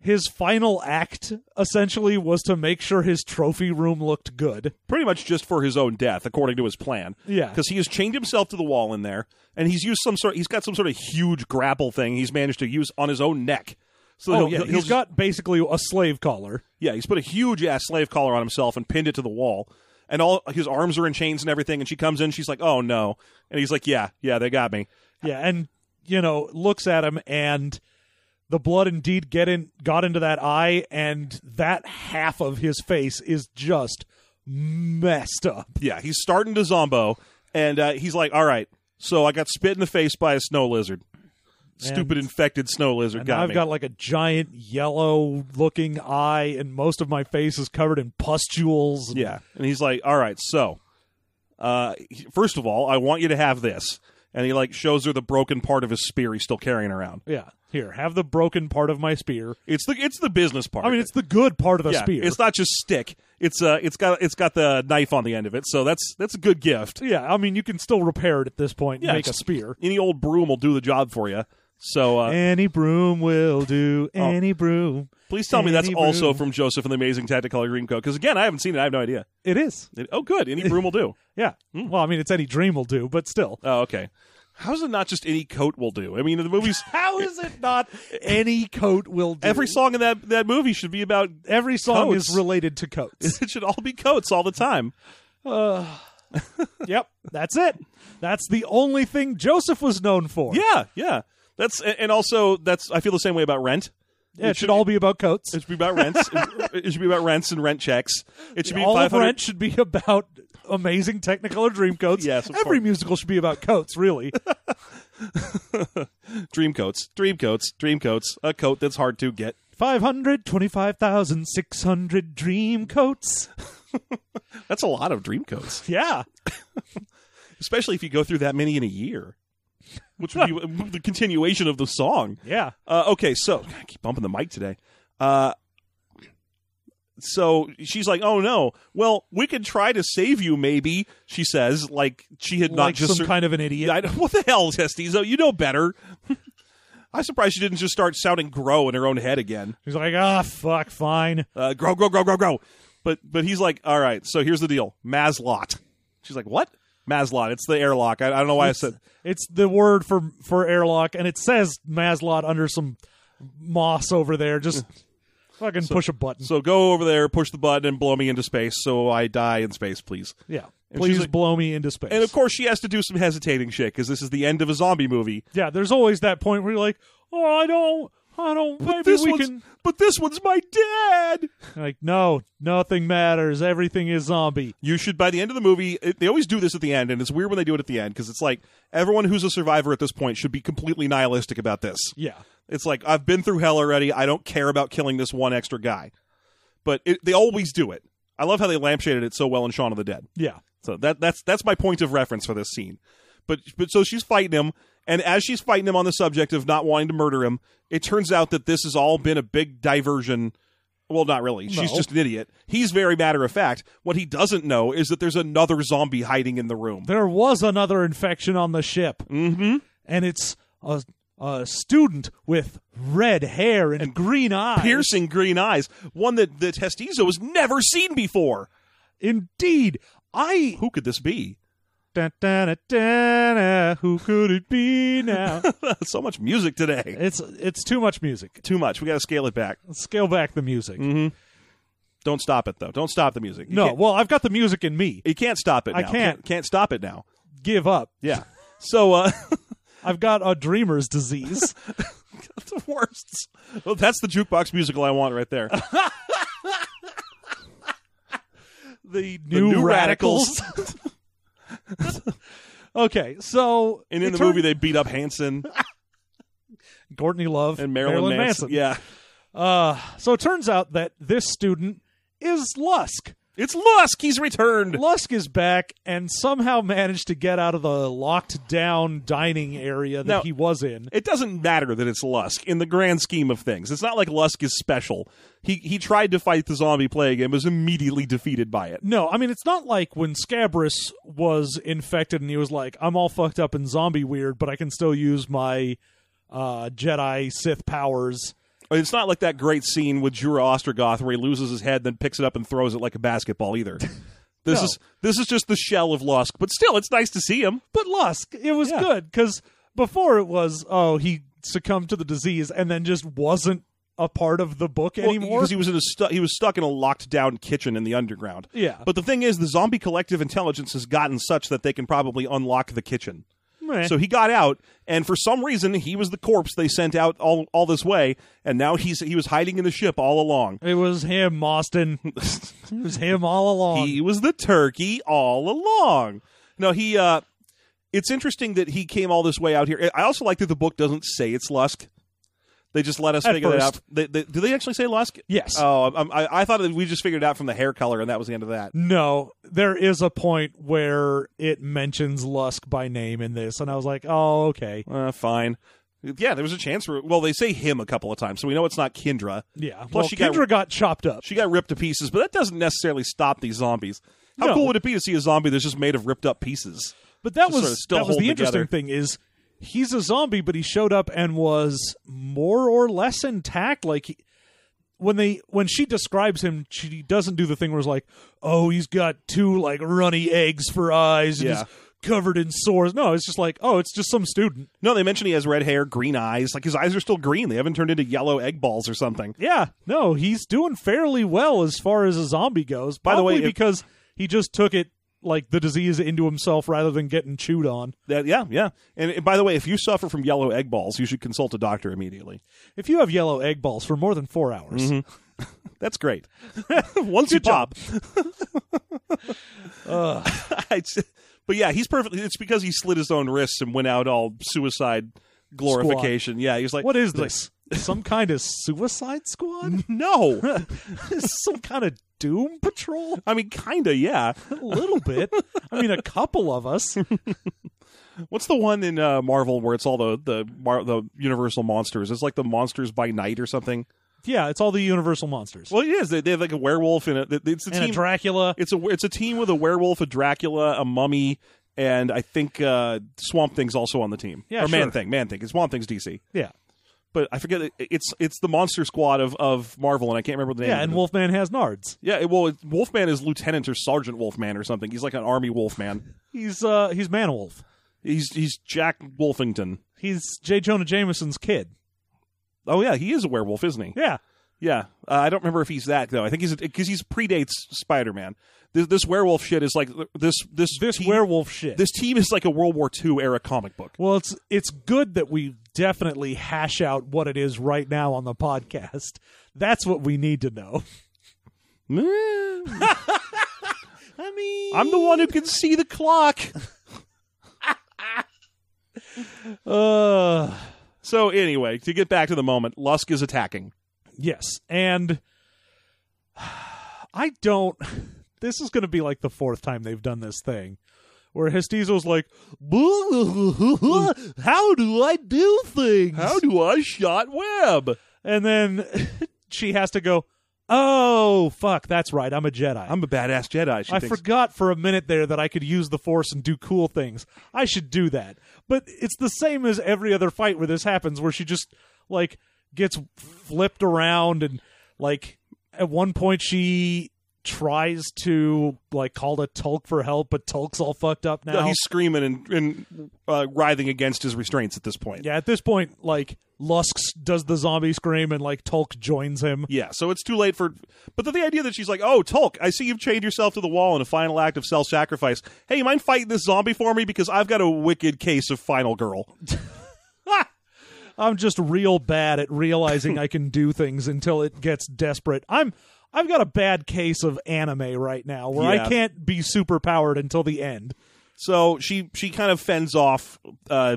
Speaker 3: his final act essentially was to make sure his trophy room looked good.
Speaker 2: Pretty much just for his own death, according to his plan.
Speaker 3: Yeah.
Speaker 2: because he has chained himself to the wall in there, and he's used some sort. He's got some sort of huge grapple thing he's managed to use on his own neck. So
Speaker 3: Oh,
Speaker 2: he'll-
Speaker 3: yeah.
Speaker 2: he'll-
Speaker 3: He's
Speaker 2: he'll just-
Speaker 3: got basically a slave collar.
Speaker 2: Yeah, he's put a huge ass slave collar on himself and pinned it to the wall. And all his arms are in chains and everything. And she comes in, she's like, "Oh no!" And he's like, "Yeah, yeah, they got me."
Speaker 3: Yeah, and you know, looks at him and the blood indeed get in got into that eye and that half of his face is just messed up.
Speaker 2: Yeah, he's starting to zombo, and uh, he's like, "All right, so I got spit in the face by a snow lizard, stupid infected snow lizard."
Speaker 3: And
Speaker 2: got
Speaker 3: I've
Speaker 2: me.
Speaker 3: got like a giant yellow looking eye and most of my face is covered in pustules.
Speaker 2: Yeah. And he's like, "All right, so uh he- first of all, I want you to have this." And he like shows her the broken part of his spear he's still carrying around.
Speaker 3: Yeah. Here, have the broken part of my spear.
Speaker 2: It's the it's the business part.
Speaker 3: I mean, it's the good part of the
Speaker 2: yeah,
Speaker 3: spear.
Speaker 2: It's not just stick. It's uh it's got it's got the knife on the end of it. So that's that's a good gift.
Speaker 3: yeah, I mean, you can still repair it at this point and
Speaker 2: Yeah,
Speaker 3: make a
Speaker 2: it's-
Speaker 3: spear.
Speaker 2: Any old broom will do the job for you. So uh,
Speaker 3: Any broom will do.
Speaker 2: Oh.
Speaker 3: Any broom.
Speaker 2: please tell me that's
Speaker 3: any
Speaker 2: also
Speaker 3: broom.
Speaker 2: from Joseph and the Amazing Tacticolor Dreamcoat because again I haven't seen it I have no idea.
Speaker 3: It is.
Speaker 2: It- oh good, any broom will do.
Speaker 3: Yeah. Well, I mean, it's any dream will do, but still.
Speaker 2: Oh okay. How's it not just any coat will do? I mean in the movies
Speaker 3: How is it not any coat will do?
Speaker 2: every song in that that movie should be about
Speaker 3: every song
Speaker 2: Coats.
Speaker 3: is related to coats.
Speaker 2: it should all be coats all the time.
Speaker 3: yep, that's it. That's the only thing Joseph was known for.
Speaker 2: Yeah, yeah. That's and also that's I feel the same way about Rent.
Speaker 3: Yeah, it, should all be about coats.
Speaker 2: It should be about rents. it should be about rents and rent checks. It should be
Speaker 3: all
Speaker 2: five
Speaker 3: of Rent
Speaker 2: hundred.
Speaker 3: should be about amazing Technicolor Dreamcoats.
Speaker 2: Yes, of
Speaker 3: every
Speaker 2: course.
Speaker 3: musical should be about coats, really.
Speaker 2: Dream coats, dream coats, dream coats. A coat that's hard to get.
Speaker 3: Five hundred twenty-five thousand six hundred dream coats.
Speaker 2: That's a lot of dream coats,
Speaker 3: Yeah,
Speaker 2: especially if you go through that many in a year, which would be the continuation of the song.
Speaker 3: yeah.
Speaker 2: Uh, okay, so I keep bumping the mic today. Uh, so she's like, "Oh no! Well, we could try to save you, maybe." She says, like she had not
Speaker 3: like
Speaker 2: just
Speaker 3: some
Speaker 2: sur-
Speaker 3: kind of an idiot.
Speaker 2: I don't- what the hell, Testizo? You know better. I'm surprised she didn't just start sounding grow in her own head again.
Speaker 3: He's like, ah, fuck, fine.
Speaker 2: Uh, grow, grow, grow, grow, grow. But but he's like, all right. So here's the deal, Maslot. She's like, what? Maslot. It's the airlock. I, I don't know why I said.
Speaker 3: It's the word for for airlock, and it says Maslot under some moss over there. Just fucking push a button.
Speaker 2: So go over there, push the button, and blow me into space, so I die in space, please.
Speaker 3: yeah,
Speaker 2: And she's
Speaker 3: please
Speaker 2: like-
Speaker 3: blow me into space.
Speaker 2: And of course, she has to do some hesitating shit because this is the end of a zombie movie.
Speaker 3: yeah, there's always that point where you're like, oh, I don't, I don't. Maybe
Speaker 2: This
Speaker 3: we
Speaker 2: one's,
Speaker 3: can.
Speaker 2: but this one's my dad.
Speaker 3: Like, no, nothing matters. Everything is zombie.
Speaker 2: You should, by the end of the movie, it, they always do this at the end, and it's weird when they do it at the end because it's like everyone who's a survivor at this point should be completely nihilistic about this.
Speaker 3: Yeah.
Speaker 2: It's like I've been through hell already. I don't care about killing this one extra guy. But it, they always do it. I love how they lampshaded it so well in Shaun of the Dead.
Speaker 3: Yeah.
Speaker 2: So that that's that's my point of reference for this scene. But but so she's fighting him, and as she's fighting him on the subject of not wanting to murder him, it turns out that this has all been a big diversion. Well, not really. She's
Speaker 3: No.
Speaker 2: just an idiot. He's very matter of fact. What he doesn't know is that there's another zombie hiding in the room.
Speaker 3: There was another infection on the ship. Mm-hmm. And it's a, a student with red hair and, green eyes.
Speaker 2: Piercing green eyes, one that the Testizo has never seen before.
Speaker 3: Indeed. I.
Speaker 2: Who could this be?
Speaker 3: Da, da, da, da, da. Who could it be now?
Speaker 2: so much music today.
Speaker 3: it's it's too much music.
Speaker 2: Too much. We got to scale it back.
Speaker 3: Let's scale back the music.
Speaker 2: Mm-hmm. Don't stop it though. Don't stop the music. You
Speaker 3: No,
Speaker 2: can't,
Speaker 3: well, I've got the music in me.
Speaker 2: you can't stop it. Now.
Speaker 3: I can't.
Speaker 2: can't. Can't stop it now.
Speaker 3: Give up.
Speaker 2: Yeah. So uh
Speaker 3: I've got a dreamer's disease.
Speaker 2: the worst. Well, that's the jukebox musical I want right there.
Speaker 3: the
Speaker 2: The
Speaker 3: new, radicals. okay, so
Speaker 2: and in
Speaker 3: it
Speaker 2: the
Speaker 3: turned-
Speaker 2: movie they beat up Hanson
Speaker 3: Courtney Love
Speaker 2: and Marilyn, Manson. Yeah.
Speaker 3: Uh, so it turns out that this student is Lusk.
Speaker 2: It's Lusk. He's returned.
Speaker 3: Lusk is back and somehow managed to get out of the locked down dining area that
Speaker 2: Now-
Speaker 3: he was in.
Speaker 2: It doesn't matter that it's Lusk in the grand scheme of things. It's not like Lusk is special. He he tried to fight the zombie plague and was immediately defeated by it.
Speaker 3: No, I mean it's not like when Scabrous was infected and he was like, "I'm all fucked up and zombie weird, but I can still use my uh, Jedi Sith powers."
Speaker 2: It's not like that great scene with Jura Ostergoth where he loses his head, then picks it up and throws it like a basketball. Either this
Speaker 3: No.
Speaker 2: is this is just the shell of Lusk, but still, it's nice to see him.
Speaker 3: But Lusk, it was
Speaker 2: Yeah.
Speaker 3: good because before it was, oh, he succumbed to the disease and then just wasn't a part of the book anymore.
Speaker 2: because he was in a stu- he was stuck in a locked down kitchen in the underground.
Speaker 3: Yeah.
Speaker 2: But the thing is, the zombie collective intelligence has gotten such that they can probably unlock the kitchen.
Speaker 3: Meh.
Speaker 2: So he got out, and for some reason, he was the corpse they sent out all all this way, and now he's he was hiding in the ship all along.
Speaker 3: It was him, Austin. It was him all along.
Speaker 2: He was the turkey all along. No, he. uh It's interesting that he came all this way out here. I also like that the book doesn't say it's Lusk. They just let us
Speaker 3: At
Speaker 2: figure that out.
Speaker 3: first.
Speaker 2: They, they, do they actually say Lusk?
Speaker 3: Yes.
Speaker 2: Oh, I'm- I, I thought that we just figured it out from the hair color, and that was the end of that.
Speaker 3: no, there is a point where it mentions Lusk by name in this, and I was like, oh, okay.
Speaker 2: Uh, fine. Yeah, there was a chance for. Well, they say him a couple of times, so we know it's not Kindra.
Speaker 3: Yeah.
Speaker 2: Plus,
Speaker 3: well,
Speaker 2: she got-
Speaker 3: Kendra got, chopped up.
Speaker 2: She got ripped to pieces, but that doesn't necessarily stop these zombies. How
Speaker 3: No.
Speaker 2: cool would it be to see a zombie that's just made of ripped up pieces?
Speaker 3: But that
Speaker 2: to
Speaker 3: was
Speaker 2: sort of still
Speaker 3: that was
Speaker 2: hold
Speaker 3: the interesting
Speaker 2: together.
Speaker 3: thing is he's a zombie, but he showed up and was more or less intact. Like he, when they when she describes him, she doesn't do the thing where it's like, oh, he's got two like runny eggs for eyes. And
Speaker 2: Yeah.
Speaker 3: he's covered in sores. No, it's just like, oh, it's just some student.
Speaker 2: No, they mention he has red hair, green eyes. Like his eyes are still green; they haven't turned into yellow egg balls or something.
Speaker 3: Yeah, no, he's doing fairly well as far as a zombie goes. By
Speaker 2: the way,
Speaker 3: probably
Speaker 2: if-
Speaker 3: because he just took it like the disease into himself rather than getting chewed on.
Speaker 2: That yeah, yeah. And, and by the way, if you suffer from yellow egg balls, you should consult a doctor immediately.
Speaker 3: If you have yellow egg balls for more than four hours,
Speaker 2: Mm-hmm. That's great. Once you pop. I just- but yeah, he's perfect. It's because he slit his own wrists and went out all suicide glorification. Yeah, he was like,
Speaker 3: what is this? Some kind of suicide squad?
Speaker 2: No,
Speaker 3: Some kind of doom patrol?
Speaker 2: I mean, kinda. Yeah.
Speaker 3: A little bit. I mean, a couple of us.
Speaker 2: What's the one in uh, Marvel where it's all the the Mar- the Universal monsters? It's like the monsters by night or something.
Speaker 3: Yeah, it's all the Universal monsters.
Speaker 2: Well, it is. They, they have like a werewolf and a, it's a
Speaker 3: and
Speaker 2: team.
Speaker 3: a Dracula.
Speaker 2: it's a it's a team with a werewolf, a Dracula, a mummy, and I think uh, Swamp Thing's also on the team.
Speaker 3: Yeah,
Speaker 2: or Man
Speaker 3: sure.
Speaker 2: Thing, Man Thing. It's Swamp Thing's DC,
Speaker 3: Yeah.
Speaker 2: but I forget. it- It's it's the Monster Squad of, of Marvel, and I can't remember the name.
Speaker 3: Yeah,
Speaker 2: of
Speaker 3: and
Speaker 2: it.
Speaker 3: Wolfman has nards.
Speaker 2: yeah. it- Well, it- Wolfman is Lieutenant or Sergeant Wolfman or something. He's like an Army Wolfman.
Speaker 3: He's uh he's Manwolf.
Speaker 2: He's he's Jack Wolfington.
Speaker 3: He's J. Jonah Jameson's kid.
Speaker 2: Oh yeah, he is a werewolf, isn't he?
Speaker 3: Yeah.
Speaker 2: Yeah, uh, I don't remember if he's that though. I think he's because he's predates Spider Man. This, this werewolf shit is like this this
Speaker 3: This
Speaker 2: team,
Speaker 3: werewolf shit.
Speaker 2: This team is like a World War II era comic book.
Speaker 3: well, it's it's good that we definitely hash out what it is right now on the podcast. That's what we need to know.
Speaker 2: I
Speaker 3: mean,
Speaker 2: I'm the one who can see the clock.
Speaker 3: uh
Speaker 2: So anyway, to get back to the moment, Lusk is attacking.
Speaker 3: yes. And I don't this is going to be like the fourth time they've done this thing where Hestizo's like, "How do I do things?"
Speaker 2: do I shot web?
Speaker 3: And then she has to go, Oh, fuck, that's right. I'm a Jedi.
Speaker 2: I'm a badass Jedi. She
Speaker 3: I
Speaker 2: thinks.
Speaker 3: forgot for a minute there that I could use the Force and do cool things. I should do that. But it's the same as every other fight where this happens, where she just, like, gets flipped around and, like, at one point she tries to, like, call to Tulk for help, but Tulk's all fucked up now.
Speaker 2: No, he's screaming and, and uh, writhing against his restraints at this point.
Speaker 3: yeah, at this point, like, Lusk's does the zombie scream and, like, Tulk joins him.
Speaker 2: Yeah, so it's too late for. But the, the idea that she's like, "Oh, Tulk, I see you've chained yourself to the wall in a final act of self-sacrifice. Hey, you mind fighting this zombie for me because I've got a wicked case of Final Girl."
Speaker 3: I'm just real bad at realizing I can do things until it gets desperate. I'm I've got a bad case of anime right now where
Speaker 2: Yeah.
Speaker 3: I can't be super powered until the end.
Speaker 2: So she she kind of fends off uh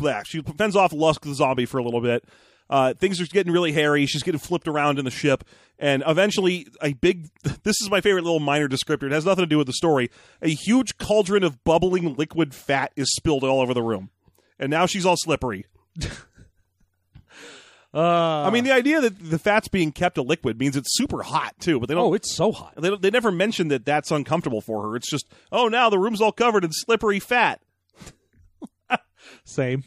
Speaker 2: yeah, she fends off Lusk the zombie for a little bit. Uh, things are getting really hairy. She's getting flipped around in the ship, and eventually, a big. This is my favorite little minor descriptor. It has nothing to do with the story. A huge cauldron of bubbling liquid fat is spilled all over the room, and now she's all slippery.
Speaker 3: Uh
Speaker 2: I mean, the idea that the fat's being kept a liquid means it's super hot too. But they don't.
Speaker 3: oh, it's so hot.
Speaker 2: they, don't, they never mention that that's uncomfortable for her. It's just, oh, now the room's all covered in slippery fat.
Speaker 3: Same.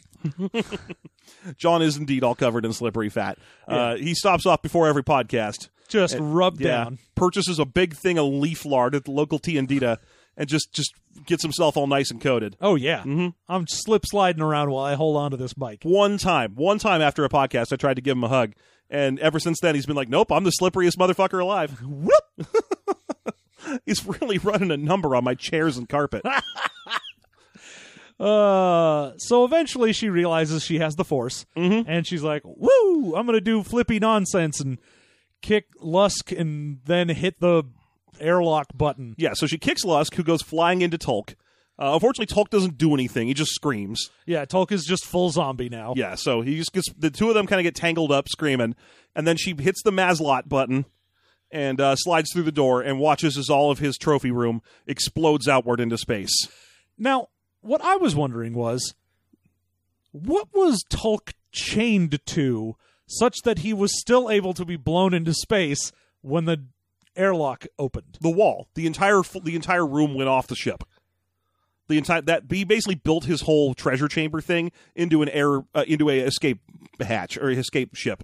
Speaker 2: John is indeed all covered in slippery fat. Uh, he stops off before every podcast.
Speaker 3: Just rubbed
Speaker 2: Yeah.
Speaker 3: down.
Speaker 2: Purchases a big thing of leaf lard at the local T and Dita and just just gets himself all nice and coated.
Speaker 3: Oh yeah. I'm slip sliding around while I hold on to this bike.
Speaker 2: One time, one time after a podcast, I tried to give him a hug. And ever since then, he's been like, nope, I'm the slipperiest motherfucker alive. Whoop! he's really running a number on my chairs and carpet.
Speaker 3: Uh so eventually she realizes she has the force and she's like, "Woo, I'm going to do flippy nonsense and kick Lusk and then hit the airlock button."
Speaker 2: yeah, so she kicks Lusk, who goes flying into Tulk. Uh, unfortunately, Tulk doesn't do anything. He just screams.
Speaker 3: Yeah, Tulk is just full zombie now.
Speaker 2: Yeah, so he just gets the two of them kind of get tangled up screaming, and then she hits the Maslot button and uh, slides through the door and watches as all of his trophy room explodes outward into space.
Speaker 3: Now, what I was wondering was what was Tulk chained to such that he was still able to be blown into space when the airlock opened?
Speaker 2: The wall, the entire f- the entire room went off the ship. The entire that he basically built his whole treasure chamber thing into an air uh, into a escape hatch or escape ship.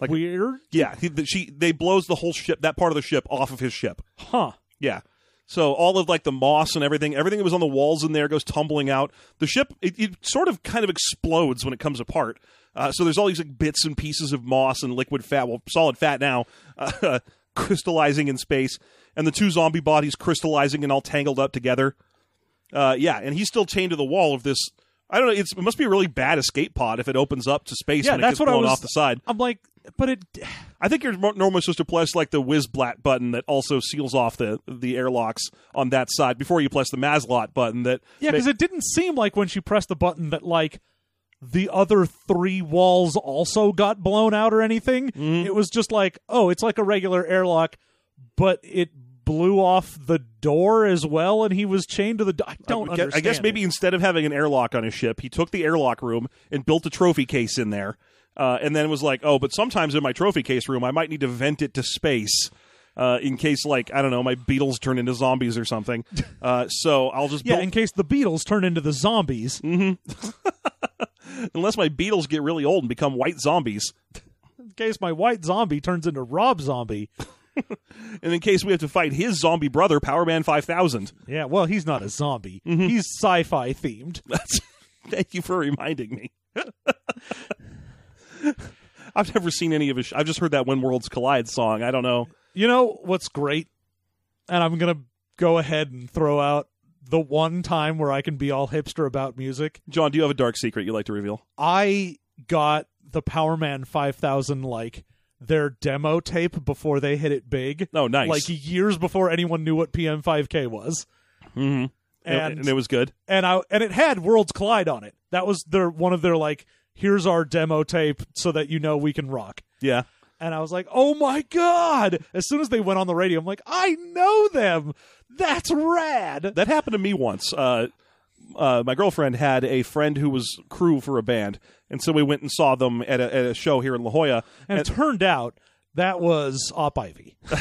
Speaker 2: Like-
Speaker 3: Weird?
Speaker 2: Yeah, he, the, she they blows the whole ship that part of the ship off of his ship.
Speaker 3: Huh.
Speaker 2: Yeah. So all of like the moss and everything, everything that was on the walls in there goes tumbling out. The ship, it, it sort of kind of explodes when it comes apart. Uh, so there's all these like bits and pieces of moss and liquid fat, well, solid fat now, uh, crystallizing in space. and the two zombie bodies crystallizing and all tangled up together. Uh, yeah, and he's still chained to the wall of this. I don't know. It's, it must be a really bad escape pod if it opens up to space
Speaker 3: Yeah,
Speaker 2: when it
Speaker 3: that's
Speaker 2: gets
Speaker 3: what I
Speaker 2: blown
Speaker 3: was-
Speaker 2: off the side.
Speaker 3: I'm like, but it.
Speaker 2: I think you're mo- normally supposed to press like the whiz blat button that also seals off the the airlocks on that side before you press the Maslot button that
Speaker 3: Yeah, because it didn't seem like when she pressed the button that like the other three walls also got blown out or anything.
Speaker 2: Mm-hmm.
Speaker 3: It was just like, oh, it's like a regular airlock, but it blew off the door as well, and he was chained to the. Do- I don't
Speaker 2: I guess,
Speaker 3: understand.
Speaker 2: I guess maybe
Speaker 3: it.
Speaker 2: instead of having an airlock on his ship, he took the airlock room and built a trophy case in there, uh, and then was like, "Oh, but sometimes in my trophy case room, I might need to vent it to space." Uh, in case, like I don't know, my beetles turn into zombies or something, uh, so I'll just
Speaker 3: Yeah,
Speaker 2: build-
Speaker 3: in case the Beatles turn into the zombies.
Speaker 2: Mm-hmm. unless my beetles get really old and become white zombies,
Speaker 3: In case my white zombie turns into Rob Zombie.
Speaker 2: and in case we have to fight his zombie brother, Power Man Five Thousand.
Speaker 3: Yeah, well, he's not a zombie.
Speaker 2: Mm-hmm.
Speaker 3: He's sci-fi themed.
Speaker 2: That's thank you for reminding me. I've never seen any of his. I've just heard that "When Worlds Collide" song. I don't know.
Speaker 3: You know what's great? And I'm going to go ahead and throw out the one time where I can be all hipster about music.
Speaker 2: John, do you have a dark secret you'd like to reveal?
Speaker 3: I got the Power Man 5000 like their demo tape before they hit it big.
Speaker 2: Oh, nice.
Speaker 3: Like years before anyone knew what PM5K was.
Speaker 2: Mhm.
Speaker 3: And
Speaker 2: and, and it was good.
Speaker 3: and I and it had Worlds Collide on it. That was their one of their like here's our demo tape so that you know we can rock.
Speaker 2: Yeah.
Speaker 3: And I was like, "Oh my god!" As soon as they went on the radio, I'm like, "I know them. That's rad."
Speaker 2: That happened to me once. Uh, uh, my girlfriend had a friend who was crew for a band, and so we went and saw them at a, at a show here in La Jolla.
Speaker 3: And it turned out that was Op Ivy.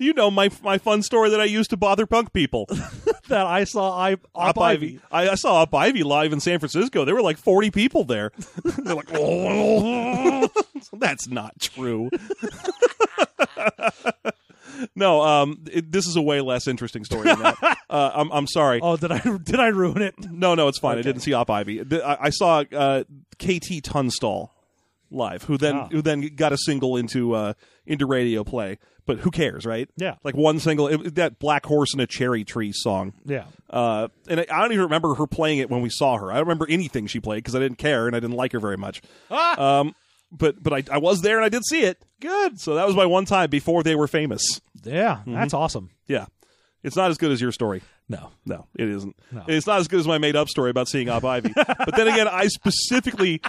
Speaker 2: You know my my fun story that I used to bother punk people.
Speaker 3: that I saw I, Op, Ivy.
Speaker 2: I, I saw Up Ivy live in San Francisco. There were like 40 people there. They're like, oh, that's not true. no, um, it, this is a way less interesting story than that. Uh, I'm, I'm sorry.
Speaker 3: Oh, did I did I ruin it?
Speaker 2: No, no, it's fine. I
Speaker 3: Okay.
Speaker 2: didn't see Op Ivy. Th- I, I saw uh, KT Tunstall live, who then
Speaker 3: Ah.
Speaker 2: who then got a single into uh, into radio play. But who cares, right?
Speaker 3: Yeah.
Speaker 2: like one single it, that "Black Horse and a Cherry Tree" song.
Speaker 3: Yeah.
Speaker 2: Uh, and I, I don't even remember her playing it when we saw her. I don't remember anything she played because I didn't care and I didn't like her very much.
Speaker 3: Ah,
Speaker 2: Um, but but I, I was there and I did see it. Good. So that was my one time before they were famous.
Speaker 3: yeah, that's awesome.
Speaker 2: Yeah, it's not as good as your story.
Speaker 3: mm-hmm. No.
Speaker 2: No, it isn't.
Speaker 3: No.
Speaker 2: It's not as good as my made up story about seeing Op Ivy. but then again, I specifically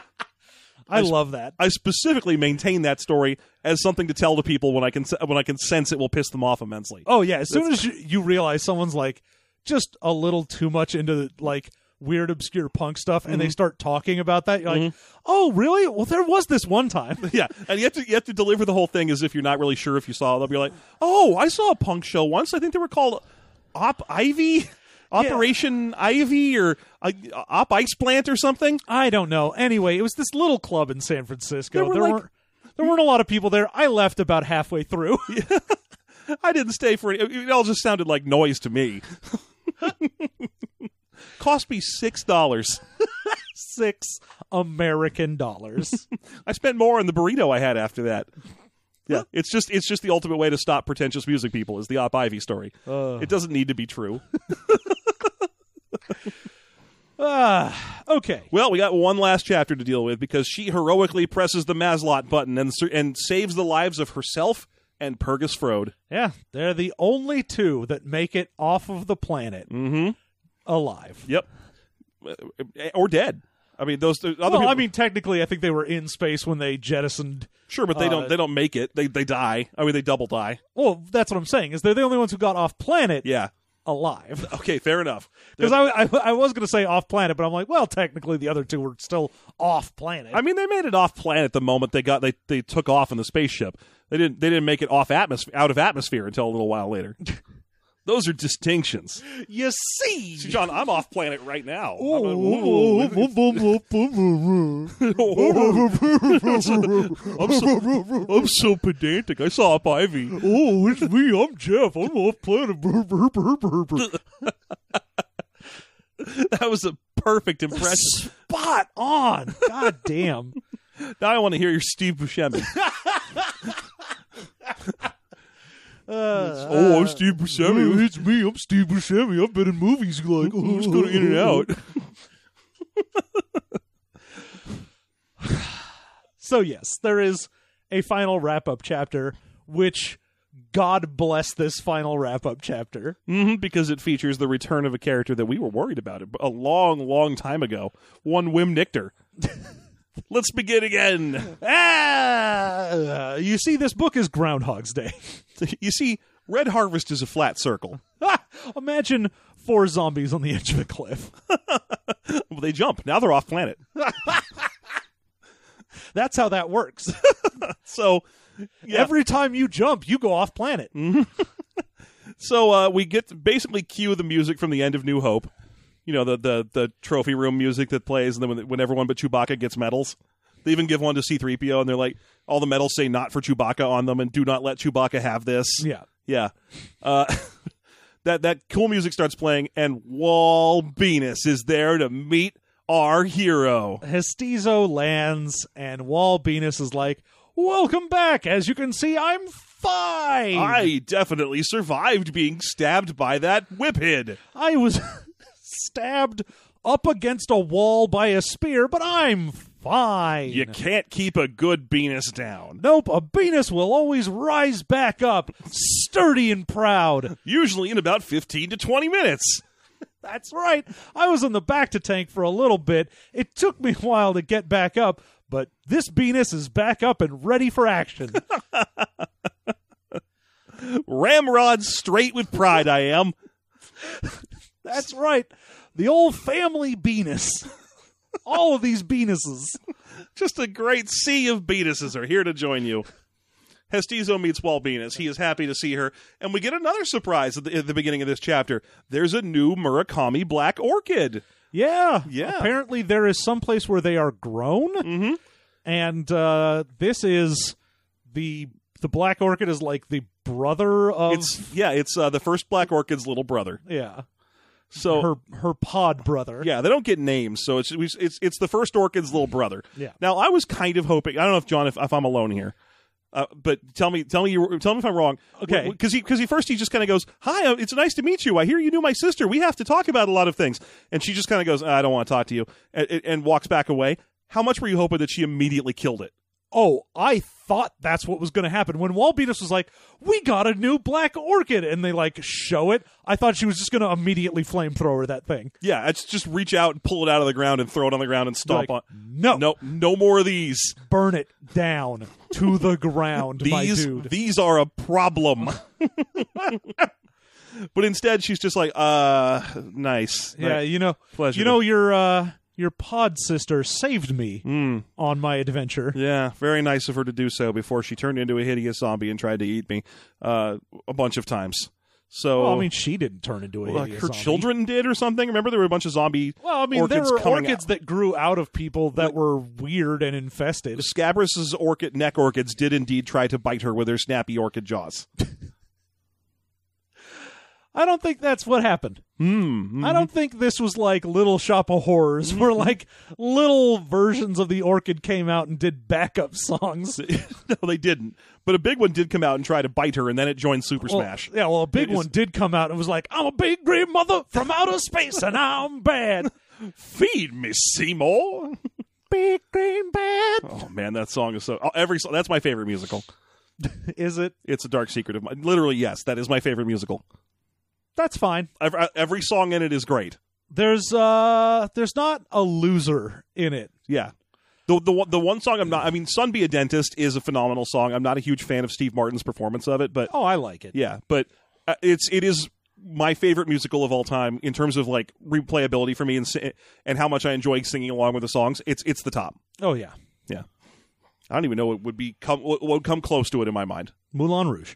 Speaker 3: I love that.
Speaker 2: I specifically maintain that story as something to tell to people when I can when I can sense it will piss them off immensely.
Speaker 3: Oh yeah, as soon as you, you realize someone's like just a little too much into like weird obscure punk stuff and they start talking about that, you're like, "Oh, really? Well, there was this one time."
Speaker 2: Yeah, and you have to you have to deliver the whole thing as if you're not really sure if you saw them. You're like, oh, I saw a punk show once. I think they were called Op Ivy, Operation Ivy, or uh, Op Ice Plant or something.
Speaker 3: I don't know. Anyway, it was this little club in San Francisco.
Speaker 2: There were, like-
Speaker 3: weren't there weren't a lot of people there. I left about halfway through.
Speaker 2: I didn't stay for any. It all just sounded like noise to me. Cost me six dollars.
Speaker 3: 6 American dollars.
Speaker 2: I spent more on the burrito I had after that. Yeah, it's just it's just the ultimate way to stop pretentious music people is the Op Ivy story. It doesn't need to be true.
Speaker 3: ah, okay.
Speaker 2: Well, we got one last chapter to deal with because she heroically presses the Maslot button and sur- and saves the lives of herself and Purgus Frode.
Speaker 3: Yeah, they're the only two that make it off of the planet
Speaker 2: Mm-hmm.
Speaker 3: alive.
Speaker 2: Yep. Uh, Or dead. I mean, those other
Speaker 3: Well,
Speaker 2: people.
Speaker 3: I mean, technically, I think they were in space when they jettisoned.
Speaker 2: sure, but they
Speaker 3: uh,
Speaker 2: don't. They don't make it. They they die. I mean, they double die.
Speaker 3: Well, that's what I'm saying is they're the only ones who got off planet
Speaker 2: Yeah.
Speaker 3: alive.
Speaker 2: Okay. Fair enough.
Speaker 3: Because I, I, I was going to say off planet, but I'm like, well, technically the other two were still off planet.
Speaker 2: I mean, they made it off planet the moment they got they, they took off in the spaceship. They didn't they didn't make it off atmosphere out of atmosphere until a little while later. Those are distinctions.
Speaker 3: you see.
Speaker 2: See, John, I'm off planet right now. I'm a-
Speaker 3: Oh,
Speaker 2: I'm so, I'm so pedantic. I saw up Ivy.
Speaker 3: Oh, it's me. I'm Jeff. I'm off planet.
Speaker 2: That was a perfect impression.
Speaker 3: Spot on. God damn.
Speaker 2: now I want to hear your Steve Buscemi. oh, I'm Steve Buscemi.
Speaker 3: it's me. I'm Steve Buscemi. I've been in movies like
Speaker 2: Let's go to In and Out.
Speaker 3: So yes, there is a final wrap up chapter, which God bless this final wrap up chapter.
Speaker 2: hmm because it features the return of a character that we were worried about a long, long time ago. One Wim Nichter. Let's begin again.
Speaker 3: Ah, you see, this book is Groundhog's Day.
Speaker 2: You see, Red Harvest is a flat circle.
Speaker 3: Imagine four zombies on the edge of a cliff.
Speaker 2: Well, they jump. Now they're off planet.
Speaker 3: That's how that works.
Speaker 2: So Yeah.
Speaker 3: Every time you jump, you go off planet.
Speaker 2: So uh, we get to basically cue the music from the end of New Hope. You know the the the trophy room music that plays, and then when, when everyone but Chewbacca gets medals, they even give one to C three PO, and they're like, all the medals say "not for Chewbacca" on them, and do not let Chewbacca have this.
Speaker 3: Yeah.
Speaker 2: yeah. Uh, that that cool music starts playing, and Wall Venus is there to meet our hero.
Speaker 3: Hestizo lands, and Wall Venus is like, Welcome back. As you can see, I'm fine.
Speaker 2: I definitely survived being stabbed by that whiphead.
Speaker 3: I was stabbed up against a wall by a spear, but I'm fine.
Speaker 2: You can't keep a good Venus down.
Speaker 3: Nope, a Venus will always rise back up, sturdy and proud.
Speaker 2: usually in about 15 to 20 minutes.
Speaker 3: That's right. I was on the back to tank for a little bit. It took me a while to get back up, but this Venus is back up and ready for action.
Speaker 2: Ramrod straight with pride, I am.
Speaker 3: That's right. The old family Venus. All of these Venuses.
Speaker 2: Just a great sea of Venuses are here to join you. Hestizo meets Wall Venus. He is happy to see her. And we get another surprise at the, at the beginning of this chapter. There's a new Murakami black orchid.
Speaker 3: Yeah.
Speaker 2: Yeah.
Speaker 3: Apparently there is some place where they are grown.
Speaker 2: Mhm.
Speaker 3: And uh, this is the the black orchid is like the brother of
Speaker 2: It's yeah, it's uh, the first black orchid's little brother.
Speaker 3: yeah,
Speaker 2: So
Speaker 3: her her pod brother.
Speaker 2: Oh. yeah, they don't get names, so it's it's it's the first orchid's little brother.
Speaker 3: Yeah.
Speaker 2: Now I was kind of hoping. I don't know if John, if, if I'm alone here, uh, but tell me, tell me, you, tell me if I'm wrong.
Speaker 3: Okay.
Speaker 2: Because he because he first he just kind of goes, "Hi, uh, it's nice to meet you. I hear you knew my sister. We have to talk about a lot of things." And she just kind of goes, "I don't want to talk to you," and, and- and walks back away. How much were you hoping that she immediately killed it?
Speaker 3: Oh, I thought that's what was going to happen when Wall Venus was like, "We got a new black orchid," and they like show it. I thought she was just going to immediately flamethrower that thing.
Speaker 2: Yeah, it's just reach out and pull it out of the ground and throw it on the ground and
Speaker 3: Like,
Speaker 2: stomp on.
Speaker 3: no,
Speaker 2: No, no more of these.
Speaker 3: burn it down to the ground, my
Speaker 2: These
Speaker 3: dude.
Speaker 2: these are a problem. but instead, she's just like, "Uh, nice.
Speaker 3: Yeah, you know,
Speaker 2: Pleasure.
Speaker 3: you know your uh, your pod sister saved me on my adventure.
Speaker 2: Mm. Yeah, very nice of her to do so before she turned into a hideous zombie and tried to eat me uh, a bunch of times. So,
Speaker 3: Well, I mean, she didn't turn into a
Speaker 2: Oh. like
Speaker 3: hideous
Speaker 2: her
Speaker 3: zombie.
Speaker 2: children did or something. Remember, there were a bunch of zombie.
Speaker 3: Well, I mean,
Speaker 2: orchids
Speaker 3: there were
Speaker 2: coming
Speaker 3: orchids
Speaker 2: out.
Speaker 3: that grew out of people that were weird and infested.
Speaker 2: Scabrous' orchid neck orchids did indeed try to bite her with their snappy orchid jaws.
Speaker 3: I don't think that's what happened.
Speaker 2: Hmm.
Speaker 3: I don't think this was like Little Shop of Horrors,
Speaker 2: Mm-hmm.
Speaker 3: where like little versions of the orchid came out and did backup songs.
Speaker 2: no, they didn't. But a big one did come out and try to bite her, and then it joined Super
Speaker 3: Well,
Speaker 2: Smash.
Speaker 3: yeah, well, a big
Speaker 2: It is-
Speaker 3: one did come out and was like, "I'm a big green mother from outer space, and I'm bad,
Speaker 2: Feed me, Seymour.
Speaker 3: big green bad."
Speaker 2: Oh man, that song is so. oh, Every song, that's my favorite musical.
Speaker 3: Is it?
Speaker 2: It's a dark secret of mine. Literally, yes, that is my favorite musical.
Speaker 3: That's fine.
Speaker 2: Every, uh, every song in it is great.
Speaker 3: There's uh, there's not a loser in it.
Speaker 2: Yeah. The, the one- the one song I'm not I mean Son Be a Dentist is a phenomenal song. I'm not a huge fan of Steve Martin's performance of it, but
Speaker 3: Oh, I like it.
Speaker 2: yeah, but uh, it's it is my favorite musical of all time in terms of like replayability for me and si- and how much I enjoy singing along with the songs. It's it's the top.
Speaker 3: Oh yeah,
Speaker 2: Yeah. I don't even know what would be come what would come close to it in my mind.
Speaker 3: Moulin Rouge.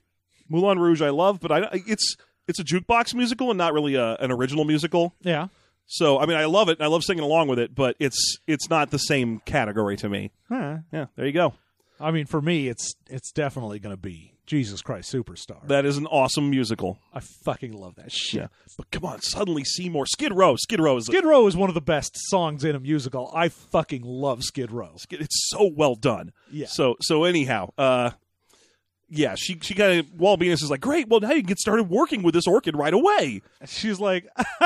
Speaker 2: Moulin Rouge I love, but I don't- it's it's a jukebox musical and not really a, an original musical.
Speaker 3: Yeah.
Speaker 2: So I mean I love it and I love singing along with it, but it's it's not the same category to me.
Speaker 3: Huh.
Speaker 2: Yeah, there you go.
Speaker 3: I mean, for me, it's it's definitely going to be Jesus Christ Superstar.
Speaker 2: That is an awesome musical.
Speaker 3: I fucking love that shit.
Speaker 2: But come on, suddenly Seymour Skid Row. Skid Row is a-
Speaker 3: Skid Row is one of the best songs in a musical. I fucking love Skid Row.
Speaker 2: Skid- it's so well done.
Speaker 3: Yeah.
Speaker 2: So so anyhow, uh yeah, she she kind of while Venus is like, great, well now you can get started working with this orchid right away.
Speaker 3: And she's like,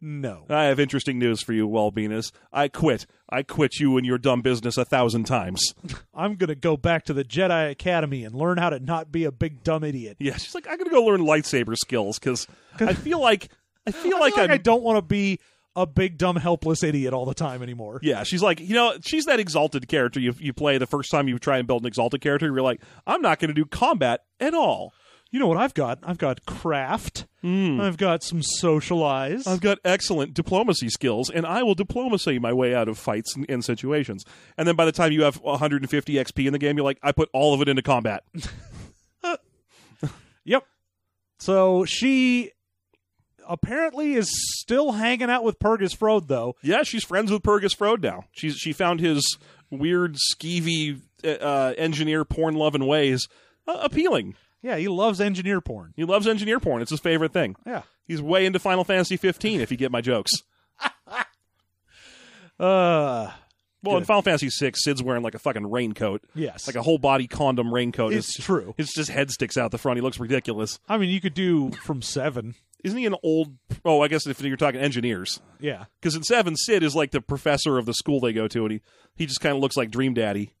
Speaker 3: no.
Speaker 2: I have interesting news for you, Wall Venus. I quit. I quit you and your dumb business a thousand times.
Speaker 3: I'm going to go back to the Jedi Academy and learn how to not be a big dumb idiot.
Speaker 2: Yeah, she's like, I'm gonna go learn lightsaber skills because I feel like I feel like
Speaker 3: I, feel like I
Speaker 2: I'm.
Speaker 3: don't want to be a big dumb helpless idiot all the time anymore.
Speaker 2: Yeah, she's like, you know, she's that exalted character you you play the first time you try and build an exalted character. You're like, I'm not going to do combat at all.
Speaker 3: You know what I've got? I've got craft. I've got some socialize.
Speaker 2: Hmm. I've got excellent diplomacy skills, and I will diplomacy my way out of fights and, and situations. And then by the time you have 150 XP in the game, you're like, I put all of it into combat.
Speaker 3: Yep. So she apparently is still hanging out with Purgus Frode, though.
Speaker 2: yeah, she's friends with Purgus Frode now. She's she found his weird, skeevy uh, uh, engineer porn loving ways uh, appealing.
Speaker 3: Yeah, he loves engineer porn.
Speaker 2: He loves engineer porn. It's his favorite thing.
Speaker 3: Yeah.
Speaker 2: He's way into Final Fantasy 15. If you get my jokes.
Speaker 3: Uh,
Speaker 2: Well, in Final Fantasy VI, Sid's wearing like a fucking raincoat,
Speaker 3: yes.
Speaker 2: like a whole body condom raincoat.
Speaker 3: it's true.
Speaker 2: His just head sticks out the front. He looks ridiculous.
Speaker 3: I mean, you could do from seven.
Speaker 2: Isn't he an old? Oh, I guess if you're talking engineers,
Speaker 3: Yeah.
Speaker 2: because in Seven, Sid is like the professor of the school they go to, and he he just kind of looks like Dream Daddy.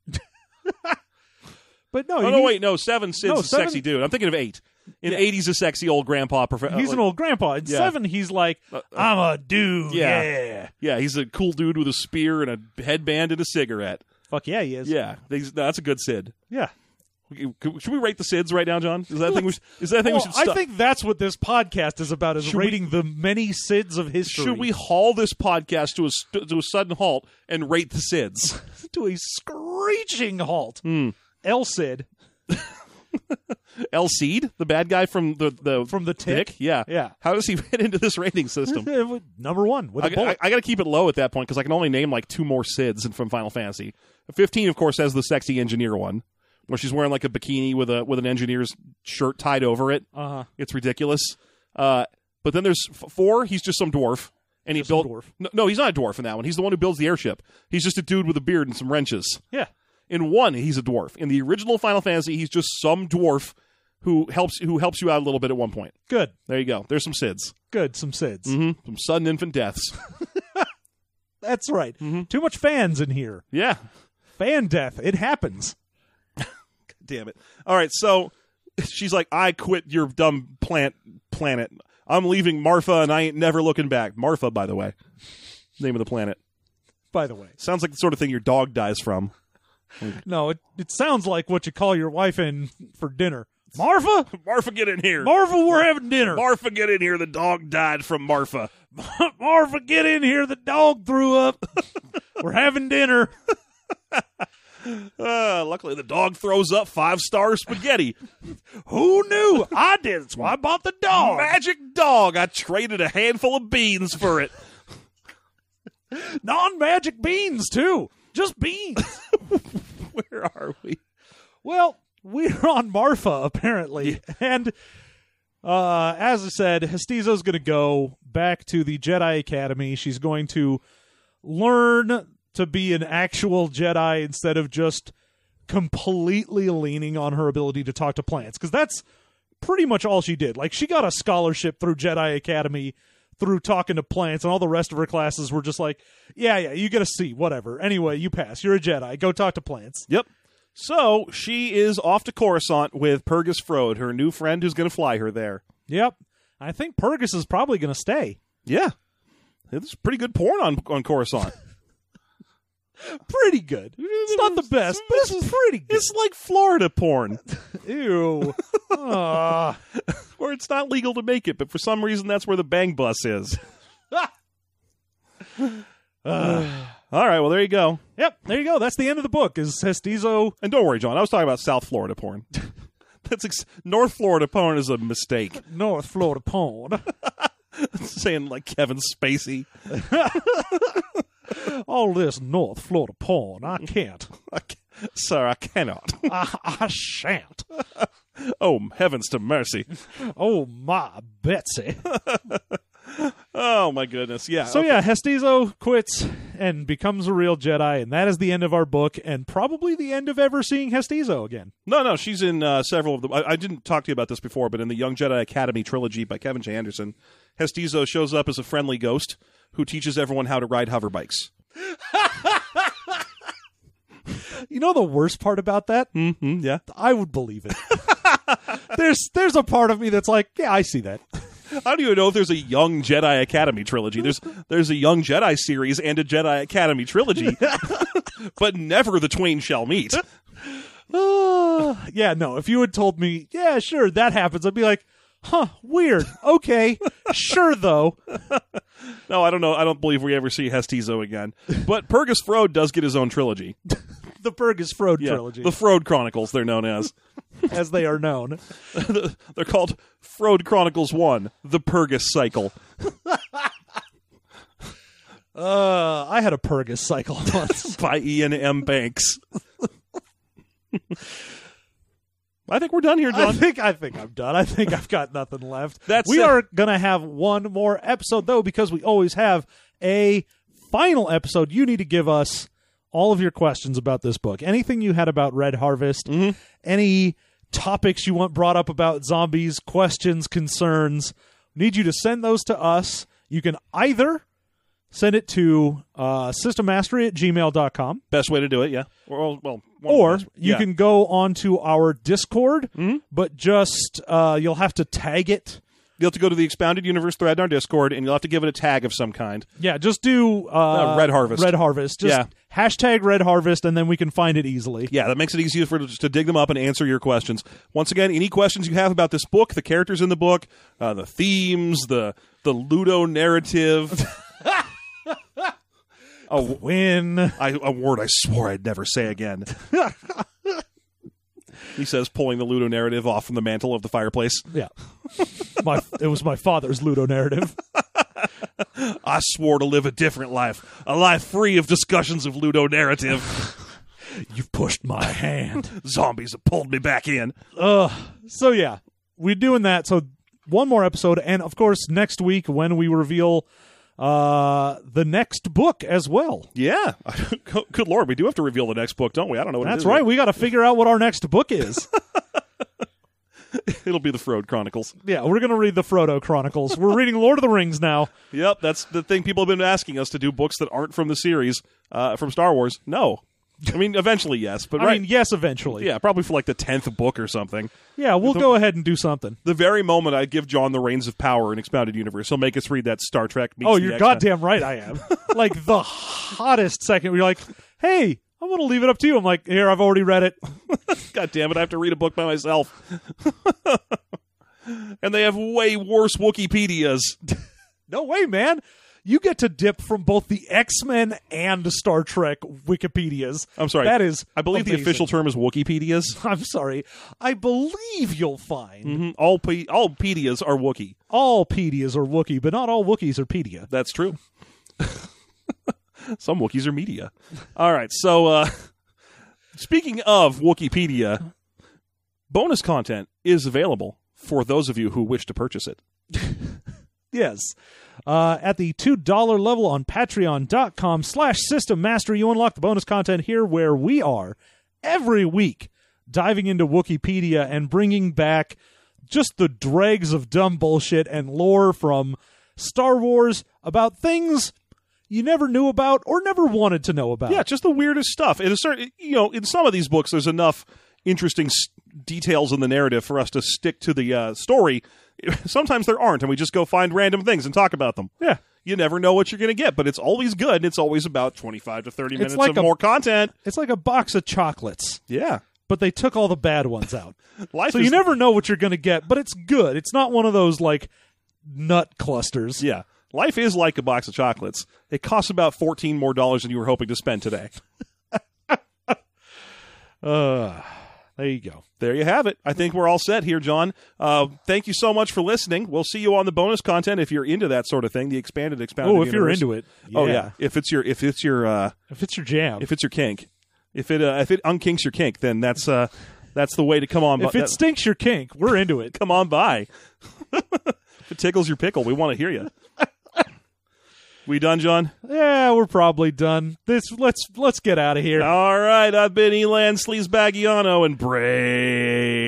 Speaker 3: But no,
Speaker 2: Oh no,
Speaker 3: he-
Speaker 2: wait, no, Seven Sid's
Speaker 3: No,
Speaker 2: a
Speaker 3: Seven-
Speaker 2: sexy dude. I'm thinking of eight. In eight, he's a sexy old grandpa professor.
Speaker 3: he's an old grandpa. In
Speaker 2: Yeah.
Speaker 3: seven, he's like, I'm a dude.
Speaker 2: Yeah.
Speaker 3: Uh, Yeah.
Speaker 2: Yeah, he's a cool dude with a spear and a headband and a cigarette.
Speaker 3: Fuck yeah, he is.
Speaker 2: Yeah, he's- no, that's a good Sid.
Speaker 3: Yeah.
Speaker 2: We- could- Should we rate the Sids right now, John? Is that thing? We should, is that thing
Speaker 3: Well,
Speaker 2: we should?
Speaker 3: I
Speaker 2: stop-
Speaker 3: think that's what this podcast is about: is
Speaker 2: Should we-
Speaker 3: rating the many Sids of history.
Speaker 2: Should we haul this podcast to a st- to a sudden halt and rate the Sids?
Speaker 3: do a screeching halt? El Cid
Speaker 2: El Cid, the bad guy from the the
Speaker 3: from the Tick.
Speaker 2: yeah,
Speaker 3: Yeah.
Speaker 2: How does he fit into this rating system?
Speaker 3: Number one with
Speaker 2: I,
Speaker 3: a bullet.
Speaker 2: I, got to keep it low at that point because I can only name like two more Sids and from Final Fantasy. Fifteen, of course, has the sexy engineer one, where she's wearing like a bikini with a with an engineer's shirt tied over it.
Speaker 3: uh-huh.
Speaker 2: It's ridiculous. Uh, but then there's f- four. He's just some dwarf, and he
Speaker 3: some
Speaker 2: built.
Speaker 3: dwarf.
Speaker 2: No, no, he's not a dwarf in that one. He's the one who builds the airship. He's just a dude with a beard and some wrenches.
Speaker 3: Yeah.
Speaker 2: In one, he's a dwarf. In the original Final Fantasy, he's just some dwarf who helps who helps you out a little bit at one point.
Speaker 3: Good.
Speaker 2: There you go. There's some SIDS.
Speaker 3: Good. Some Sids.
Speaker 2: Mm-hmm. Some sudden infant deaths.
Speaker 3: That's right. Too much fans in here.
Speaker 2: yeah.
Speaker 3: Fan death. It happens.
Speaker 2: Damn it. All right. So she's like, I quit your dumb plant planet. I'm leaving Marfa, and I ain't never looking back. Marfa, by the way, name of the planet.
Speaker 3: By the way,
Speaker 2: Sounds like the sort of thing your dog dies from.
Speaker 3: no, it, it sounds like what you call your wife in for dinner. Marfa,
Speaker 2: Marfa, get in here.
Speaker 3: Marfa, we're having dinner.
Speaker 2: Marfa, get in here. The dog died from Marfa.
Speaker 3: Marfa, get in here. The dog threw up. we're having dinner.
Speaker 2: Uh, luckily, the dog throws up five star spaghetti.
Speaker 3: Who knew? I did. That's why I bought the dog.
Speaker 2: Magic dog. I traded a handful of beans for it.
Speaker 3: Non-magic beans too. Just beans.
Speaker 2: Where are we?
Speaker 3: Well, we're on Marfa apparently, and uh, as I said, Hestizo's going to go back to the Jedi Academy. She's going to learn to be an actual Jedi instead of just completely leaning on her ability to talk to plants, because that's pretty much all she did. Like she got a scholarship through Jedi Academy through talking to plants and all the rest of her classes were just like, yeah, yeah, you get a C, whatever. Anyway, you pass. You're a Jedi. Go talk to plants.
Speaker 2: Yep. So she is off to Coruscant with Purgus Frode, her new friend who's going to fly her there.
Speaker 3: Yep. I think Purgus is probably going to stay.
Speaker 2: Yeah. There's pretty good porn on, on Coruscant.
Speaker 3: Pretty good. It's not the best, but it's pretty good.
Speaker 2: it's like Florida porn,
Speaker 3: Ew. Aw.
Speaker 2: where it's not legal to make it, but for some reason that's where the bang bus is. Uh, All right, well, there you go.
Speaker 3: yep. There you go. That's the end of the book. Is Hestizo?
Speaker 2: And don't worry, John, I was talking about South Florida porn. That's ex- North Florida porn is a mistake.
Speaker 3: North Florida Pond.
Speaker 2: Saying like Kevin Spacey.
Speaker 3: All this North Florida Pond. I can't.
Speaker 2: I ca- Sir, I cannot.
Speaker 3: I, I shan't.
Speaker 2: oh, heavens to mercy.
Speaker 3: Oh my Betsy.
Speaker 2: Oh, my goodness. Yeah.
Speaker 3: So yeah, Hestizo quits and becomes a real Jedi, and that is the end of our book, and probably the end of ever seeing Hestizo again.
Speaker 2: No, no, she's in uh, several of them. I, I didn't talk to you about this before, but in the Young Jedi Academy trilogy by Kevin J. Anderson, Hestizo shows up as a friendly ghost who teaches everyone how to ride hover bikes.
Speaker 3: You know the worst part about that?
Speaker 2: Mm-hmm, yeah.
Speaker 3: I would believe it. there's there's a part of me that's like, yeah, I see that.
Speaker 2: I don't even know if there's a Young Jedi Academy trilogy. There's there's a Young Jedi series and a Jedi Academy trilogy, but never the twain shall meet.
Speaker 3: Uh, yeah, no. If you had told me, yeah, sure, that happens, I'd be like, huh, weird. Okay, sure though.
Speaker 2: No, I don't know. I don't believe we ever see Hestizo again. But Purgus Frode does get his own trilogy.
Speaker 3: The Burgess Frode
Speaker 2: Yeah,
Speaker 3: trilogy,
Speaker 2: The Frode Chronicles, they're known as.
Speaker 3: as they are known.
Speaker 2: they're called Frode Chronicles 1, The Purgus Cycle.
Speaker 3: Uh, I had a Purgus cycle once.
Speaker 2: by Ian M. Banks. I think we're done here,
Speaker 3: I
Speaker 2: John.
Speaker 3: think I think I'm done. I think I've got nothing left.
Speaker 2: That's
Speaker 3: we
Speaker 2: it.
Speaker 3: are gonna have one more episode though, because we always have a final episode. You need to give us all of your questions about this book. Anything you had about Red Harvest,
Speaker 2: Mm-hmm.
Speaker 3: any topics you want brought up about zombies, questions, concerns. Need you to send those to us. You can either send it to uh, systemmastery at gmail.com
Speaker 2: Best way to do it, yeah. Well, well one of
Speaker 3: or
Speaker 2: the best-
Speaker 3: you
Speaker 2: yeah.
Speaker 3: can go onto our discord but just uh, you'll have to tag it
Speaker 2: You'll have to go to the Expounded Universe thread in our Discord, and you'll have to give it a tag of some kind.
Speaker 3: yeah just do uh,
Speaker 2: Uh, Red Harvest.
Speaker 3: red harvest just
Speaker 2: Yeah.
Speaker 3: hashtag red harvest and then we can find it easily
Speaker 2: Yeah, that makes it easier for just to dig them up and answer your questions. Once again, any questions you have about this book, the characters in the book, uh, the themes, the the Ludo narrative.
Speaker 3: Oh.
Speaker 2: a,
Speaker 3: win
Speaker 2: I, a word I swore I'd never say again. he says, pulling the Ludo narrative off from the mantle of the fireplace.
Speaker 3: yeah my it was my father's ludo narrative
Speaker 2: I swore to live a different life, a life free of discussions of Ludo narrative.
Speaker 3: you pushed my hand
Speaker 2: Zombies have pulled me back in.
Speaker 3: Ugh. So yeah, we're doing that. So one more episode, and of course next week when we reveal uh the next book as well.
Speaker 2: Yeah. Good lord, we do have to reveal the next book, don't we? I don't know what it
Speaker 3: That's
Speaker 2: is.
Speaker 3: right. We got to figure out what our next book is.
Speaker 2: It'll be the Frode Chronicles.
Speaker 3: yeah, we're gonna read the Frodo Chronicles. We're reading Lord of the Rings now.
Speaker 2: Yep, that's the thing people have been asking us to do books that aren't from the series, uh, from Star Wars. No. I mean, eventually, yes, but
Speaker 3: I
Speaker 2: right.
Speaker 3: mean, yes, eventually.
Speaker 2: yeah, probably for like the 10th book or something.
Speaker 3: Yeah, we'll go ahead and do something.
Speaker 2: the very moment I give John the reins of power in Expounded Universe, he'll make us read that Star Trek. Meets
Speaker 3: Oh,
Speaker 2: the
Speaker 3: you're
Speaker 2: X-Men.
Speaker 3: goddamn right. I am. like the hottest second. We're like, hey, I'm gonna leave it up to you. I'm like, here, I've already read it.
Speaker 2: God damn it! I have to read a book by myself. and they have way worse Wikipedias.
Speaker 3: No way, man. You get to dip from both the X Men and Star Trek Wikipedias.
Speaker 2: I'm sorry.
Speaker 3: That is.
Speaker 2: I believe the
Speaker 3: amazing.
Speaker 2: official term is Wikipedias.
Speaker 3: I'm sorry. I believe you'll find
Speaker 2: Mhm. All pe- all pedias are Wookie.
Speaker 3: all Pedias are Wookiee, but not all Wookiees are Pedia.
Speaker 2: That's true. Some Wookiees are media. All right. So, uh, speaking of Wikipedia, bonus content is available for those of you who wish to purchase it.
Speaker 3: Yes. Uh, at the $2 level on patreon.com slash system master, you unlock the bonus content here where we are every week diving into Wikipedia and bringing back just the dregs of dumb bullshit and lore from Star Wars about things you never knew about or never wanted to know about.
Speaker 2: Yeah, just the weirdest stuff. In a certain, you know, in some of these books, there's enough interesting s- details in the narrative for us to stick to the uh, story. Sometimes there aren't, and we just go find random things and talk about them.
Speaker 3: Yeah.
Speaker 2: You never know what you're going to get, but it's always good. and It's always about 25 to 30 minutes
Speaker 3: like
Speaker 2: of
Speaker 3: a-
Speaker 2: more content.
Speaker 3: It's like a box of chocolates,
Speaker 2: Yeah.
Speaker 3: but they took all the bad ones out.
Speaker 2: Life
Speaker 3: so
Speaker 2: is,
Speaker 3: you never know what you're going to get, but it's good. It's not one of those like nut clusters.
Speaker 2: Yeah. Life is like a box of chocolates. It costs about 14 more dollars than you were hoping to spend today.
Speaker 3: Uh, there you go.
Speaker 2: There you have it. I think we're all set here, John. Uh, thank you so much for listening. We'll see you on the bonus content if you're into that sort of thing, the expanded, expounded.
Speaker 3: Oh, if you're
Speaker 2: universe.
Speaker 3: into it.
Speaker 2: Oh yeah. If it's your if it's your uh
Speaker 3: If it's your jam. If,
Speaker 2: if it's your kink. If it uh, if it unkinks your kink, then that's uh that's the way to come on by
Speaker 3: it stinks your kink, we're into it.
Speaker 2: come on by. if it tickles your pickle, we want to hear you. We done, John?
Speaker 3: Yeah, we're probably done. This let's let's get out of here.
Speaker 2: All right, I've been Elan Sleazebaggiano and Brains.